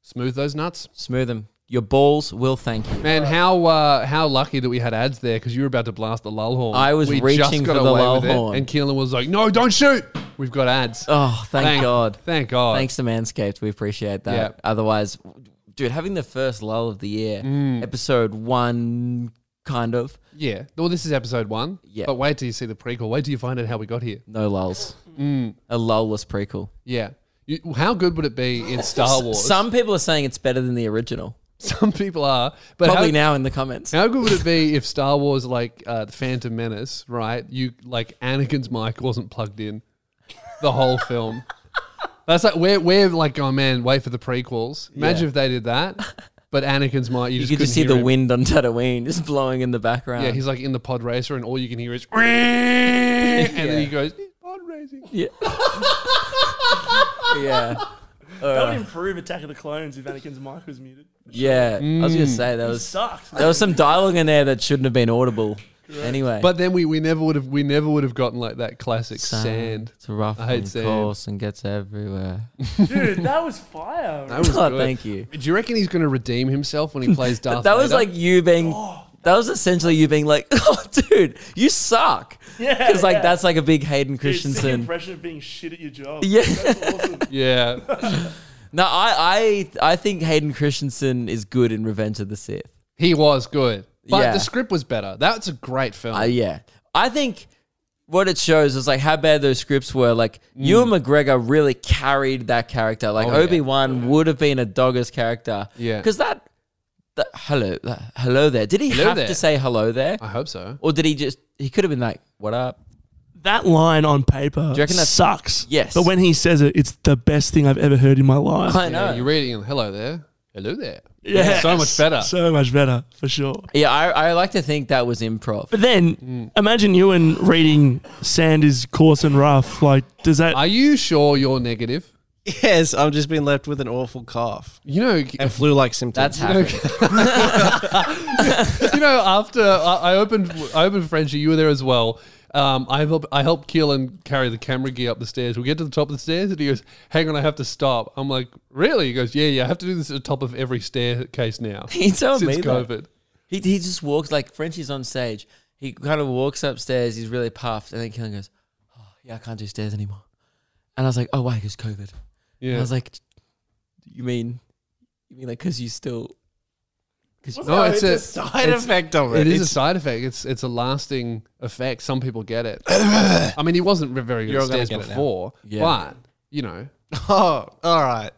smooth those nuts.
Smooth them. Your balls will thank you.
Man, how uh, how lucky that we had ads there because you were about to blast the lull horn.
I was
we
reaching for the
away
lull
with it,
horn.
and Keelan was like, "No, don't shoot. We've got ads."
Oh, thank, God.
Thank God.
Thanks to Manscaped. We appreciate that.
Yeah.
Otherwise, dude, having the first lull of the year,
Mm.
episode one, kind of,
Yeah. Well, this is episode one.
Yeah.
But wait till you see the prequel. Wait till you find out how we got here.
no lulls.
Mm.
A lullless prequel.
Yeah. You, how good would it be in Star Wars?
Some people are saying it's better than the original.
Some people are, but
Probably
how,
now in the comments.
How good would it be if Star Wars, like uh, the Phantom Menace, right? You like Anakin's mic wasn't plugged in the whole film. That's like we're we're like, oh man, wait for the prequels. Imagine if they did that, but Anakin's mic, you,
you
just
could
couldn't
just see
hear
the
him.
wind on Tatooine just blowing in the background.
Yeah, he's like in the pod racer, and all you can hear is, and then he goes, "He's pod racing.
Yeah. yeah.
That would improve Attack of the Clones if Anakin's mic was muted.
Yeah. I
Mm.
was gonna say there was
Sucks.
there was some dialogue in there that shouldn't have been audible. Anyway.
But then we, we never would have we never would have gotten like that classic sand.
It's rough
I hate
and
sand.
coarse and gets everywhere.
Dude, that was fire.
That was
Oh,
good.
thank you.
Do you reckon he's going to redeem himself when he plays Darth?
That was
Vader?
like you being. That was essentially you being like, "Oh, dude, you suck."
Yeah,
Because like
yeah.
that's like a big Hayden
Dude, it's the
Christensen.
impression of being shit at your job.
Yeah.
That's awesome.
yeah.
No, I I I think Hayden Christensen is good in Revenge of the Sith.
He was good. But
Yeah.
the script was better. That's a great film.
Uh, yeah, I think what it shows is like how bad those scripts were. Like Ewan McGregor really carried that character. Like
Mm. Oh, yeah.
Obi Wan would have been a dogger's character.
Yeah.
because that, that hello that, hello there. Did he have
there.
to say hello there,
I hope so.
or did he just he could have been like what up?
That line on paper
you reckon that's-
sucks.
Yes.
But when he says it, it's the best thing I've ever heard in my life.
I
Yeah,
know.
you're reading hello there. Hello there.
Yeah.
So much better.
So much better, for sure.
Yeah, I, I like to think that was improv.
But then imagine Ewan reading Sand is coarse and rough. Like, does that.
Are you sure you're negative?
Yes, I've just been left with an awful cough
You know,
and flu-like
That's
symptoms.
happening.
you know, after I, I opened, I opened Frenchie. You were there as well. Um, I helped, I helped Keelan carry the camera gear up the stairs. We get to the top of the stairs, and he goes, "Hang on, I have to stop." I'm like, "Really?" He goes, "Yeah, yeah, I have to do this at the top of every staircase now."
He told
since
me that.
COVID.
He, he just walks like Frenchie's on stage. He kind of walks upstairs. He's really puffed, and then Killen goes, "Oh yeah, I can't do stairs anymore." And I was like, "Oh why? Because COVID." And
Yeah,
I was like, "You mean, you mean like because you still?" Cause
no, it's, a,
"Oh, Side effect of
it
it.
is a
It's-
side effect. It's it's a lasting effect. Some people get it. I mean, he wasn't very good at
You're all gonna
stairs
get it now.
before,
Yeah.
but you know,
oh, all right.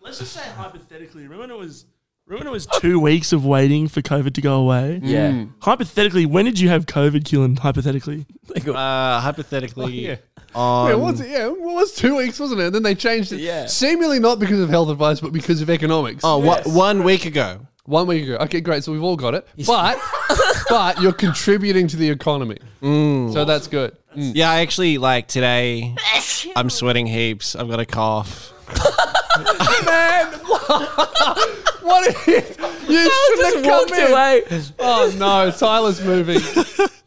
Let's just say hypothetically, remember when it was remember when it was two weeks of waiting for COVID to go away?
yeah,
Mm.
Hypothetically, when did you have COVID, Keelan? Hypothetically.
Like, uh,
Uh, hypothetically,
yeah.
on
Yeah, it was, yeah, it was two weeks, wasn't it? And then they changed it.
Um, Yeah.
Seemingly not because of health advice, but because of economics.
oh, wha- one week ago.
One week ago. Okay, great. So we've all got it. But but you're contributing to the economy. So that's good. Mm.
Yeah, I actually like today. I'm sweating heaps. I've got a cough.
What is You shouldn't have
just
come
walked
in.
away.
Oh, no. Tyler's moving.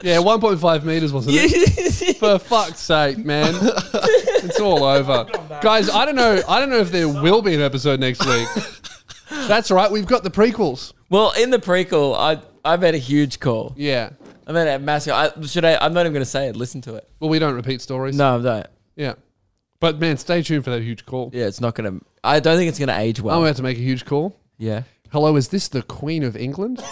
Yeah, 1.5 meters, wasn't it? For fuck's sake, man. It's all over. Guys, I don't know. I don't know if there will be an episode next week. That's right. We've got the prequels.
well, in the prequel, I I've had a huge call.
Yeah.
I've had a massive. I, should I? I'm not even going to say it. Listen to it.
Well, we don't repeat stories.
No, I don't.
Yeah. But man, stay tuned for that huge call.
Yeah, it's not going to. I don't think it's going to age
I'm
well.
about to make a huge call.
yeah.
Hello, is this the Queen of England?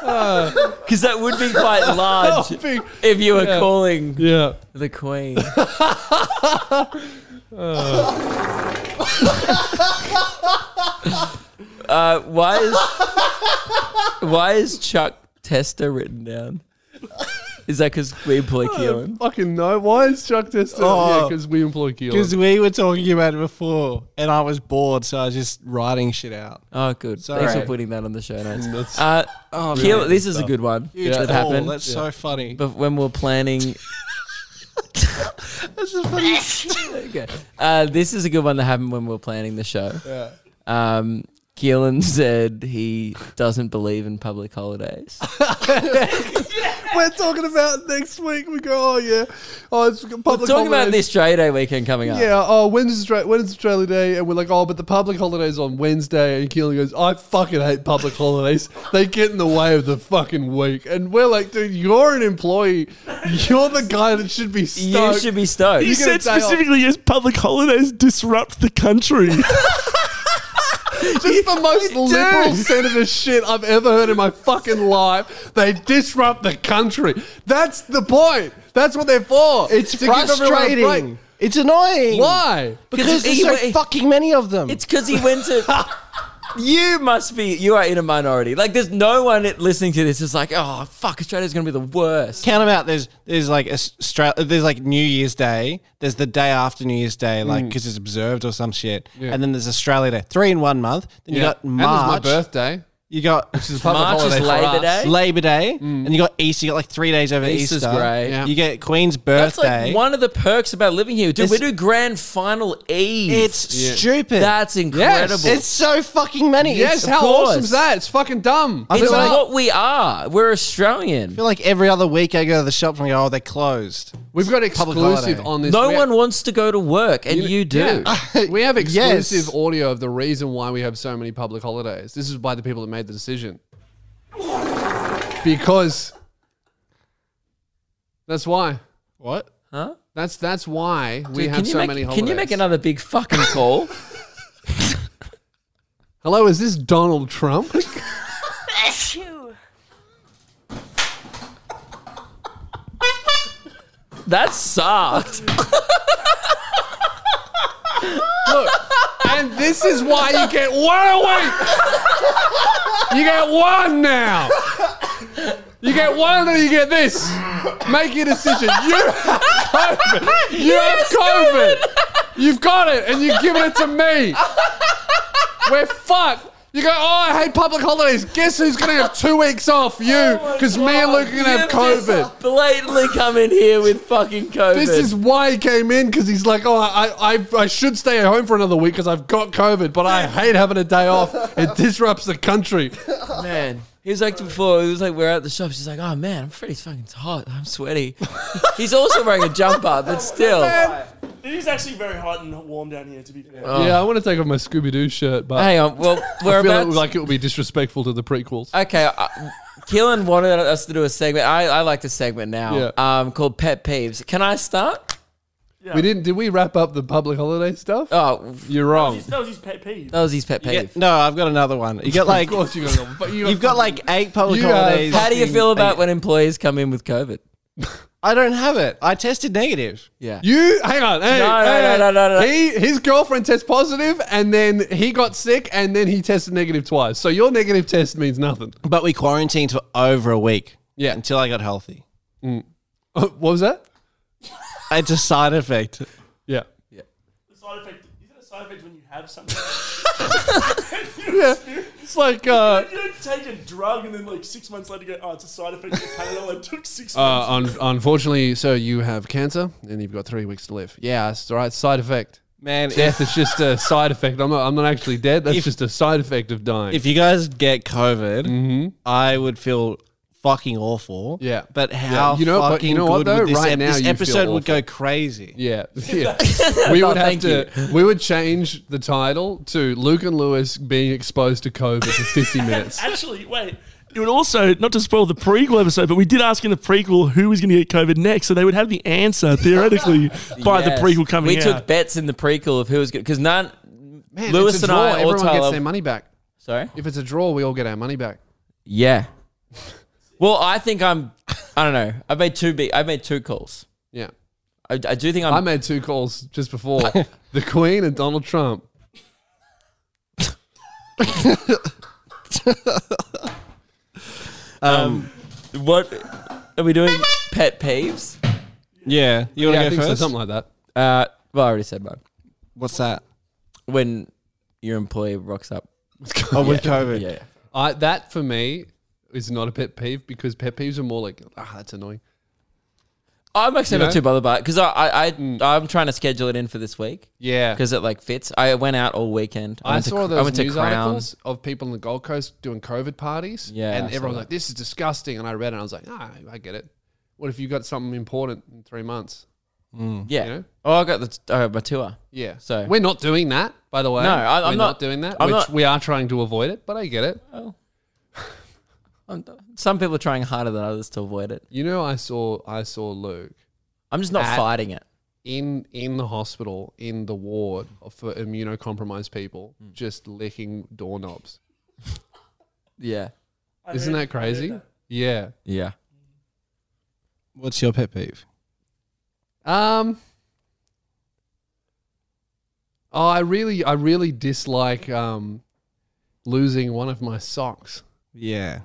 Because that would be quite large
Big-
if you were
Yeah.
calling
yeah.
the Queen. uh, why is why is Chuck Tester written down? Is that because we employ Keelan?
Fucking no. Why is Chuck Tester?
Oh.
Yeah, because we employ
Because
Keelan.
we were talking about it before, and I was bored, so I was just writing shit out.
Oh, good. Thanks for
Sorry.
putting that on the show notes.
That's-
Uh,
Oh,
Keelan, this is a good one that happened.
That's so funny.
But when we we're planning
that's the funny.
Okay. Uh, this is a good one that happened when we were planning the show. Yeah. Um, Keelan said he doesn't believe in public holidays.
We're talking about next week. We go, oh yeah. Oh, it's public
We're talking about the
holidays.
Australia Day weekend coming up.
Yeah, oh, when's Australia, when is Australia Day? And we're like, oh, but the public holiday's on Wednesday. And Keelan goes, I fucking hate public holidays. They get in the way of the fucking week. And we're like, dude, you're an employee. You're the guy that should be
You
stoked.
should be stoked.
He
You get a
said
day off.
specifically as public holidays disrupt the country.
Just the most liberal senator shit I've ever heard in my fucking life. They disrupt the country. That's the point. That's what they're for.
It's
To give everyone a break.
frustrating. It's annoying.
Why?
Because there's so
Anyway-
fucking many of them.
It's because he went to. you must be. You are in a minority. Like, there's no one listening to this is like, oh, fuck, Australia's going to be the worst.
count them out. There's there's like Australia. There's like New Year's Day. There's the day after New Year's Day, like because it's observed or some shit. And then there's Australia Day, three in one month. Then you got
And
March.
it's my birthday.
You got
It's a public
March is
holiday for
Labor
us.
Day.
Labor Day, and you got Easter. You got like three days over
Easter's
Easter.
great.
Yeah.
You get Queen's birthday.
That's like one of the perks about living here. Dude, we
This-
do grand final Eve.
it's stupid.
That's incredible.
it's so fucking many.
Yes,
It's-
how
course.
awesome's that? It's fucking dumb.
It's
feel like-
what we are. We're Australian.
I feel like every other week I go to the shop and go, oh, they're closed.
We've got
Public
exclusive
holiday.
on this.
No
We-
one wants to go to work, and you, do. Ah,
Yeah. we have
Yes.
exclusive audio of the reason why we have so many public holidays. This is by the people that made the decision. Because that's why.
What?
That's that's why we
Dude,
have
can you
so
make,
many holidays.
Can you make another big fucking call?
Hello, is this Donald Trump?
that sucked.
and this is why you get one a week. You get one now. You get one and you get this. Make your decision. You have COVID. You have COVID. You've got it and you're giving it to me. We're fucked. You go, oh, I hate public holidays. Guess who's going to have two weeks off? You,
Oh my
because me and
God.
Luke are going to have
You've just
COVID.
Blatantly come in here with fucking COVID.
This is why he came in because he's like, oh, I, I, I should stay at home for another week because I've got COVID, but I hate having a day off. It disrupts the country.
man. He was like before. He was like we're at the shops. He's like, oh man, I'm pretty fucking hot. I'm sweaty. he's also wearing a jumper, but still.
Um, It is actually very hot and warm down here, to be fair.
Oh.
Yeah, I want to take off my Scooby Doo shirt, but
Hang on. Well, we're
I feel
about.
it, like it would be disrespectful to the prequels.
okay, uh, Keelan wanted us to do a segment. I, I like the segment now.
Yeah.
Um, called pet peeves. Can I start?
We didn't. Did we wrap up the public holiday stuff?
Oh,
You're wrong.
That was his pet peeve.
that was his pet
Yeah,
peeve.
no, I've got another one. You got like
of course you got. it wrong, But you
you've got like eight public
You have
holidays.
How do you feel about when employees come in with COVID?
I don't have it. I tested negative.
Yeah.
You hang on. Hey,
No, no,
hey,
no,
hey.
no, no, no.
He his girlfriend tested positive, and then he got sick, and then he tested negative twice. So your negative test means nothing.
But we quarantined for over a week.
Yeah.
Until I got healthy.
what was that?
It's a side effect.
Yeah.
The side effect, is it a side effect when you have something?
It's like uh,
you don't take a drug and then like six months later go, oh, it's a side effect of Panadol. It took six
uh
months.
un- unfortunately, so you have cancer, and you've got three weeks to live. Yeah, that's the right side effect.
Man,
Death is just a side effect. I'm not. I'm not actually dead. That's
If-
just a side effect of dying.
if you guys get COVID, I would feel fucking awful.
Mm-hmm. Yeah.
But how
Yeah. You know- but
fucking
you know
good
what, though?
would this,
Right
ep-
now
this
you feel
episode would go crazy.
Yeah, yeah. we would have
thank
to. We would change the title to Luke and Lewis being exposed to COVID for 50 minutes.
Actually, wait. It would also, not to spoil the prequel episode, but we did ask in the prequel who was going to get COVID next. So they would have the answer theoretically by
Yes.
the prequel coming
We
out.
took bets in the prequel of who was good because none.
Man,
Lewis
it's a
and
draw.
I or
everyone gets
Tyler-
their money back.
Sorry.
If it's a draw, we all get our money back.
Yeah. Well, I think I'm. I don't know. I've made two big. I've made two calls.
Yeah,
I, I do think
I
I'm.
made two calls just before the Queen and Donald Trump.
what are we doing? Pet peeves.
Yeah. You want
Yeah,
to
I
go
think so,
first?
something like that.
Uh, well, I already said mine.
What's that?
When your employee rocks up.
Oh, with COVID.
Yeah.
I, that for me is not a pet peeve because pet peeves are more like ah, that's annoying.
I'm actually
know?
not too bothered by it because I I, I I'm trying to schedule it in for this week
Yeah,
because it like fits. I went out all weekend.
I,
went to,
saw
Cr-
those
I went to
news
Crown.
articles of people on the Gold Coast doing COVID parties.
Yeah, I
and
saw
everyone was
that.
like, "This is disgusting." And I read it, and I was like, "Ah, I get it. What if you got something important in three months?
Yeah.
you know?
Oh, I got the I got my tour.
Yeah.
So-
we're not doing that, by the way.
No, I-
we're
I'm
not,
not-
doing that.
I'm
which
not-
we are trying to avoid it, but I get it.
Um, Some people are trying harder than others to avoid it.
You know, I saw I saw Luke
I'm just not
At-
fighting it.
in in the hospital in the ward for immunocompromised people,
Hmm.
just licking doorknobs.
Yeah.
I
Isn't
heard-
that crazy? Yeah.
Yeah.
What's your pet peeve?
Um. Oh, I really, I really dislike um, losing one of my socks.
Yeah.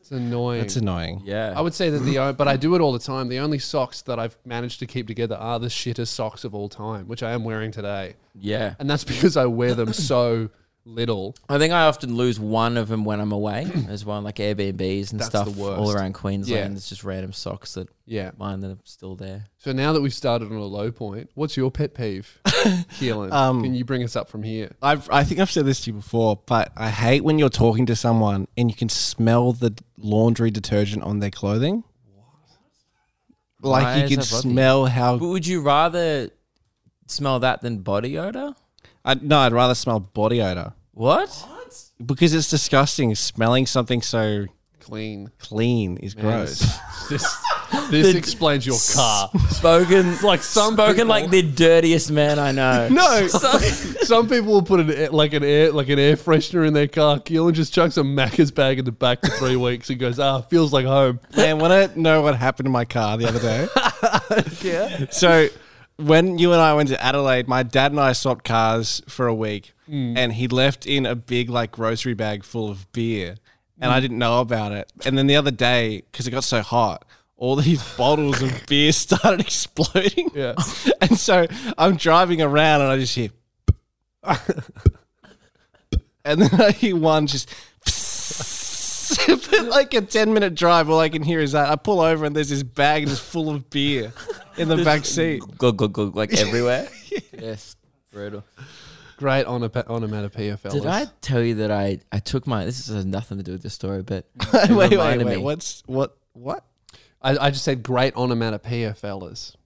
It's annoying.
That's annoying.
Yeah.
I would say that the, o- but I do it all the time. The only socks that I've managed to keep together are the shittest socks of all time, which I am wearing today,
yeah.
and that's because I wear them so little.
I think I often lose one of them when I'm away as well, like Airbnbs and
That's
stuff
the worst.
all around Queensland.
Yeah.
There's just random socks that
Yeah.
mine that are still there.
So now that we've started on a low point, what's your pet peeve, Keelan? Can you bring us up from here?
I've, I think I've said this to you before, but I hate when you're talking to someone and you can smell the laundry detergent on their clothing. Like
Why
you
is
can
that bothering you?
smell how
But would you rather smell that than body odor?
I, no, I'd rather smell body odor
What?
because it's disgusting. Smelling something so
Clean.
clean is gross.
This, this explains your car.
Spoken like
some
spoken
people-
like the dirtiest man I know.
No,
So-
Some people will put an air, like an air like an air freshener in their car. Keelan just chucks a Macca's bag in the back for three weeks and goes, "Ah, feels like home."
Man, want to know what happened to my car the other day? yeah. So when you and I went to Adelaide, my dad and I swapped cars for a week, and he left in a big like grocery bag full of beer, and I didn't know about it. And then the other day, because it got so hot. All these bottles of beer started exploding.
Yeah.
And so I'm driving around and I just hear, and then he won just for like a 10 minute drive. All I can hear is that I pull over and there's this bag just full of beer in the back seat.
glug glug glug like everywhere. Yes, brutal.
Great onopa- onomatopoeia, fellas.
Did I tell you that I I took my? This has nothing to do with this story, but it
wait, wait,
reminded
wait.
me.
What's what? What?
I, I just said great onomatopoeia, fellas.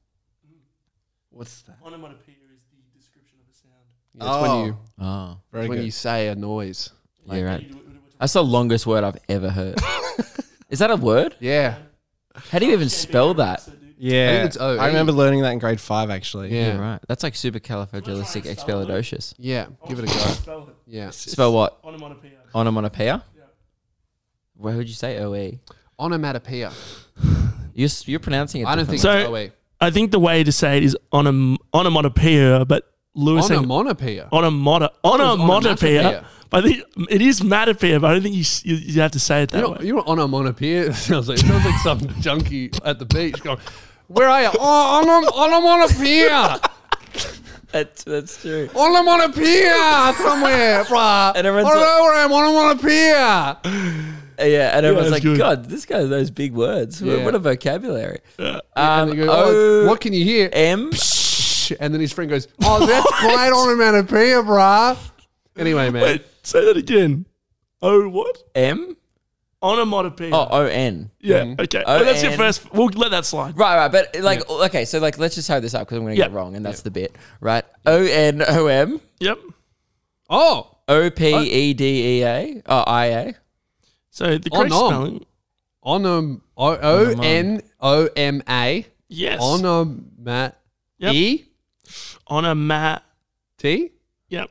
What's that?
Onomatopoeia is the description of a sound.
Yeah, it's
Oh,
when you
Oh,
Very
when
good.
you say a noise.
yeah, right.
You do it- do it-
That's the longest word I've ever heard. Is that a word?
Yeah,
How do you even spell that?
So, dude,
yeah,
it's O,
I
eh?
remember learning that in grade five actually.
yeah,
Yeah, right. That's like supercalifragilisticexpialidocious.
yeah. Give it a
I'll
go.
Spell it.
Yeah,
Spell what?
Onomatopoeia.
Onomatopoeia?
Yeah.
Where would you say E. OE?
onomatopoeia.
You're, s- you're pronouncing it.
I don't think
differently.
it's E.
So-
OE.
I think the way to say it is onom- onomatopoeia, but Lewis said
Onomatopoeia.
onomata-
onomatopoeia.
onomatopoeia. But I think it is matopoeia, but I don't think you, s- you you have to say it that
You
way.
know, you know onomatopoeia sounds like sounds like some junkie at the beach going, "Where are you? Oh, onom- onomatopoeia,
That's, that's true.
onomatopoeia somewhere, bruh.
And
I
everyone's
don't
like-
know where I am. Onomatopoeia.
Yeah, and everyone's like,
that's good.
God, this guy knows big words. What-
Yeah.
What a vocabulary.
And
Um,
they go, oh,
O-
what can you hear?
M?
And then his friend goes, "Oh, that's great onomatopoeia, bruh." Anyway, man.
Wait, say that again. Oh, what?
M?
Onomatopoeia.
Oh, O N.
yeah.
Mm-hmm.
Okay. Oh, that's your
O-N.
first. We'll let that slide.
Right, right. But like, okay, so like, let's just have this up because I'm going to get
Yeah.
it wrong, and that's the bit, right? O N O M
Yep.
Oh,
O P E D E A or I A.
So the correct
Onom.
spelling.
onom o o n o m a
Yes.
onomat
Yep.
e
Onomat.
t
Yep.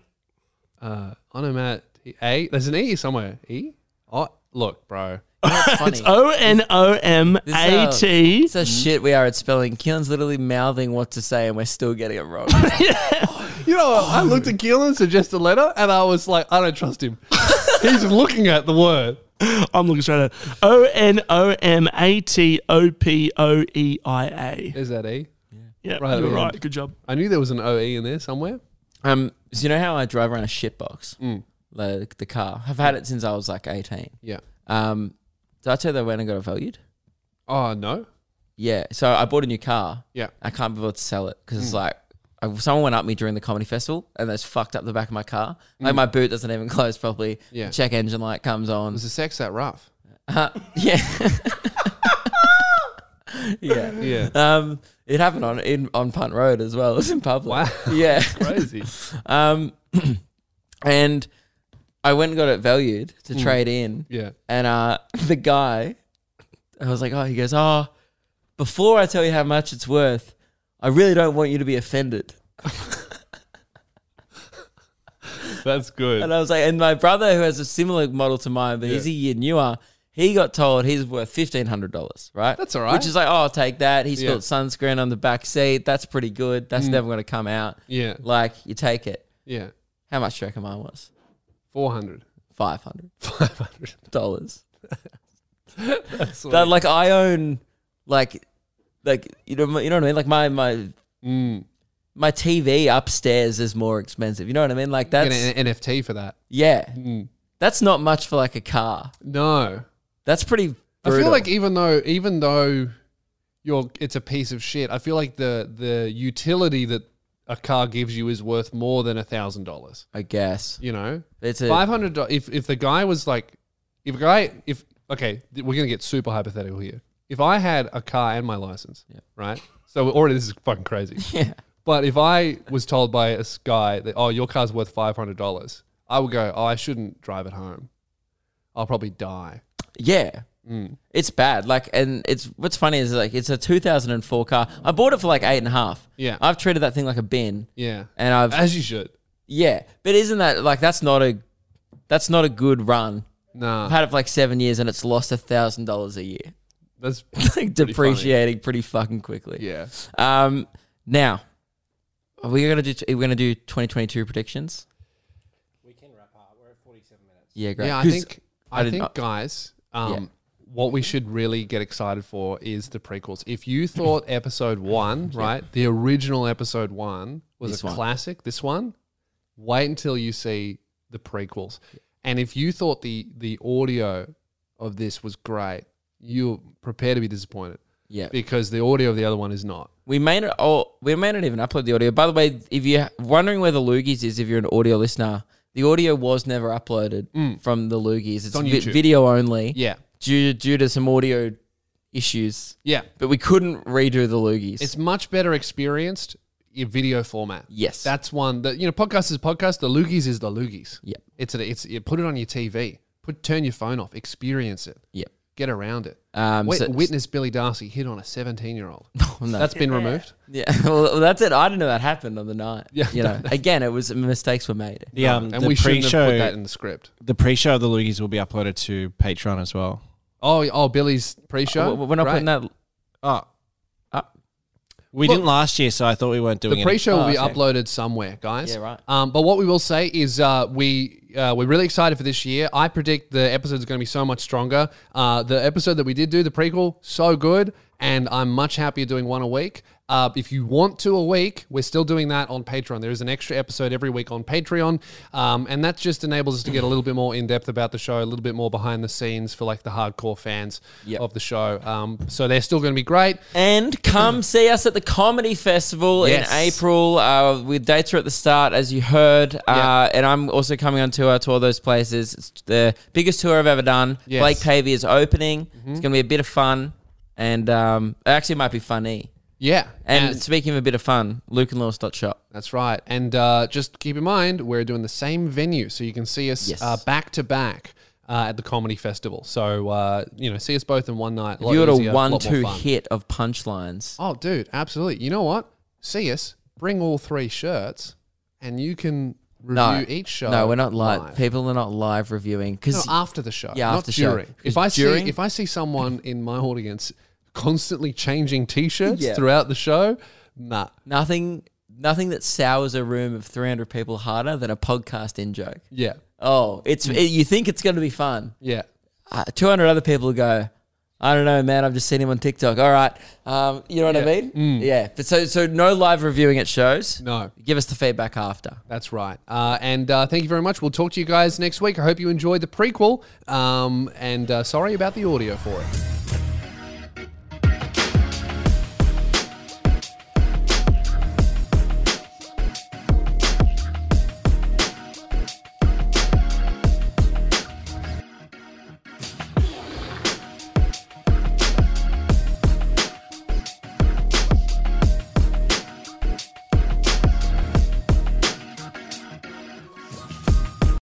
uh onomat a. There's an e somewhere. E. Oh, look, bro.
Funny.
O N O M A T.
It's a shit we are at spelling. Keelan's literally mouthing what to say, and we're still getting it wrong.
You know, I looked at Keelan suggest a letter, and I was like, I don't trust him. He's looking at the word.
I'm looking straight at O N O M A T O P O E I A.
Is that e?
Yeah,
Right at
you're
the
right.
end.
Good job.
I knew there was an o e in there somewhere.
um, so you know how I drive around a shit box, like the car. I've had it since I was like 18.
Yeah.
Um, did I tell you that I went and got it valued?
Oh no.
Yeah. So I bought a new car.
Yeah. Hmm.
I can't be able to sell it because it's like I, someone went up me during the comedy festival and that's fucked up the back of my car. Like my boot doesn't even close properly.
Hmm. Yeah.
Check engine light comes on.
Was the sex that rough?
yeah. yeah.
Yeah.
Um, it happened on in on Punt Road as well. It was in public.
Wow.
Yeah.
Crazy.
Um, and I went and got it valued to
Hmm.
trade in.
Yeah.
And uh, the guy, I was like, oh, he goes, oh, before I tell you how much it's worth, I really don't want you to be offended.
That's good.
And I was like, and my brother, who has a similar model to mine, but he's a year newer, he got told he's worth fifteen hundred dollars, right?
That's all right.
Which is like, oh, I'll take that. He
Yeah. Mm.
spilled sunscreen on the back seat. That's pretty good. That's never going to come out.
Yeah.
Like you take it.
Yeah.
How much do you reckon mine was?
Four hundred.
Five hundred
Five hundred.
dollars. That like I own, like, like you know, you know what I mean. Like my my.
Mm.
My TV upstairs is more expensive. You know what I mean? Like
Get Mm.
that's
an NFT for that.
yeah. That's not much for like a car.
No.
That's pretty.
I feel
brutal.
like even though even though you're it's a piece of shit, I feel like the the utility that a car gives you is worth more than a thousand dollars.
I guess.
You know?
It's a
Five hundred dollars if if the guy was like if a guy if okay, th- we're gonna get super hypothetical here. If I had a car and my license, right? So already this is fucking crazy.
Yeah.
But if I was told by a s- guy that, oh, your car's worth five hundred dollars, I would go, oh, I shouldn't drive it home. I'll probably die.
yeah.
Mm.
It's bad. Like, and it's what's funny is like it's a 2004 car. I bought it for like eight and a half.
Yeah.
I've treated that thing like a bin,
Yeah,
and I've
as you should.
yeah. But isn't that like that's not a that's not a good run. I've
Nah,
had it for like seven years, and it's lost a thousand dollars a year.
that's
like depreciating pretty fucking quickly.
yeah.
Um. Now, are we gonna do? Are we gonna do 2022 predictions? We can
Yeah,
wrap
I
up. We're at 47 minutes. Yeah, great. 'Cause-
think I,
I did
think
not-
guys, um,
Yeah.
what we should really get excited for is the prequels. If you thought episode one, right, the original episode one was
This
a
one.
classic, this one, wait until you see the prequels. And if you thought the the audio of this was great, you prepare to be disappointed
Yeah.
because the audio of the other one is not.
We may not. Oh, we may not even upload the audio. By the way, if you're wondering where the loogies is, if you're an audio listener, the audio was never uploaded from the loogies. It's,
Mm. on
vi-
YouTube.
video only.
Yeah,
Due due to some audio issues,
yeah.
but we couldn't redo the loogies.
It's much better experienced in video format.
yes.
That's one that you know. Podcast is podcast. The loogies is the loogies.
Yep.
It's a, it's you put it on your TV. Put turn your phone off. Experience it.
Yep.
Get around it.
Um,
Wit-
so- Oh,
witness Billy Darcy hit on a seventeen-year-old.
no.
That's been removed.
yeah. Well, that's it. I didn't know that happened on the night.
Yeah.
You know, again, it was mistakes were made.
The, um,
And
the
we shouldn't have put that
pre-show,
in the script.
the pre-show of the Loogies will be uploaded to Patreon as well.
Oh, oh, Billy's pre-show.
W- We're not
Great.
putting that.
Oh,
Up.
we didn't last year, so I thought we weren't doing
The
it.
pre-show will be
Oh, okay.
uploaded somewhere, guys.
Yeah, right.
Um, but what we will say is uh, we uh, we're really excited for this year. I predict the episode's going to be so much stronger. Uh, the episode that we did do, the prequel, so good, and I'm much happier doing one a week. Uh, if you want to a week, we're still doing that on Patreon. There is an extra episode every week on Patreon, um, and that just enables us to get a little bit more in depth about the show, a little bit more behind the scenes for like the hardcore fans
Yep.
of the show. Um, so they're still going to be great.
And come see us at the Comedy Festival
Yes.
in April. Uh, with dates are at the start, as you heard. Uh,
Yeah.
And I'm also coming on tour to all those places. It's the biggest tour I've ever done.
Yes. Mm-hmm.
Blake Pavey is opening. It's going to be a bit of fun. And um, actually, it might be funny.
Yeah,
And speaking of a bit of fun, lukeandlewis.shop.
That's right. And uh, just keep in mind, we're doing the same venue, so you can see us
Yes.
uh, back to back uh, at the comedy festival. So uh, you know, see us both in one night. lot
You had
easier,
a
lot more
one-two
fun.
hit of punchlines.
Oh, dude, absolutely. You know what? See us. Bring all three shirts, and you can review
No,
each show.
no, we're not live.
live.
People are not live reviewing
No,
because
after the show.
Yeah,
not
after show.
during. If
'Cause
I see
during-
if I see someone in my audience constantly changing T-shirts
Yeah.
throughout the show, nah.
nothing, nothing that sours a room of three hundred people harder than a podcast in joke.
Yeah,
Oh, it's
Hmm.
it, you think it's going to be fun.
yeah.
Uh, Two hundred other people go. I don't know, man. I've just seen him on TikTok. All right, um, you know what I mean? Yeah. But so, so no live reviewing at shows.
Hmm. No.
Give us the feedback after.
That's right. Uh, and uh, thank you very much. We'll talk to you guys next week. I hope you enjoyed the prequel. Um, and uh, sorry about the audio for it.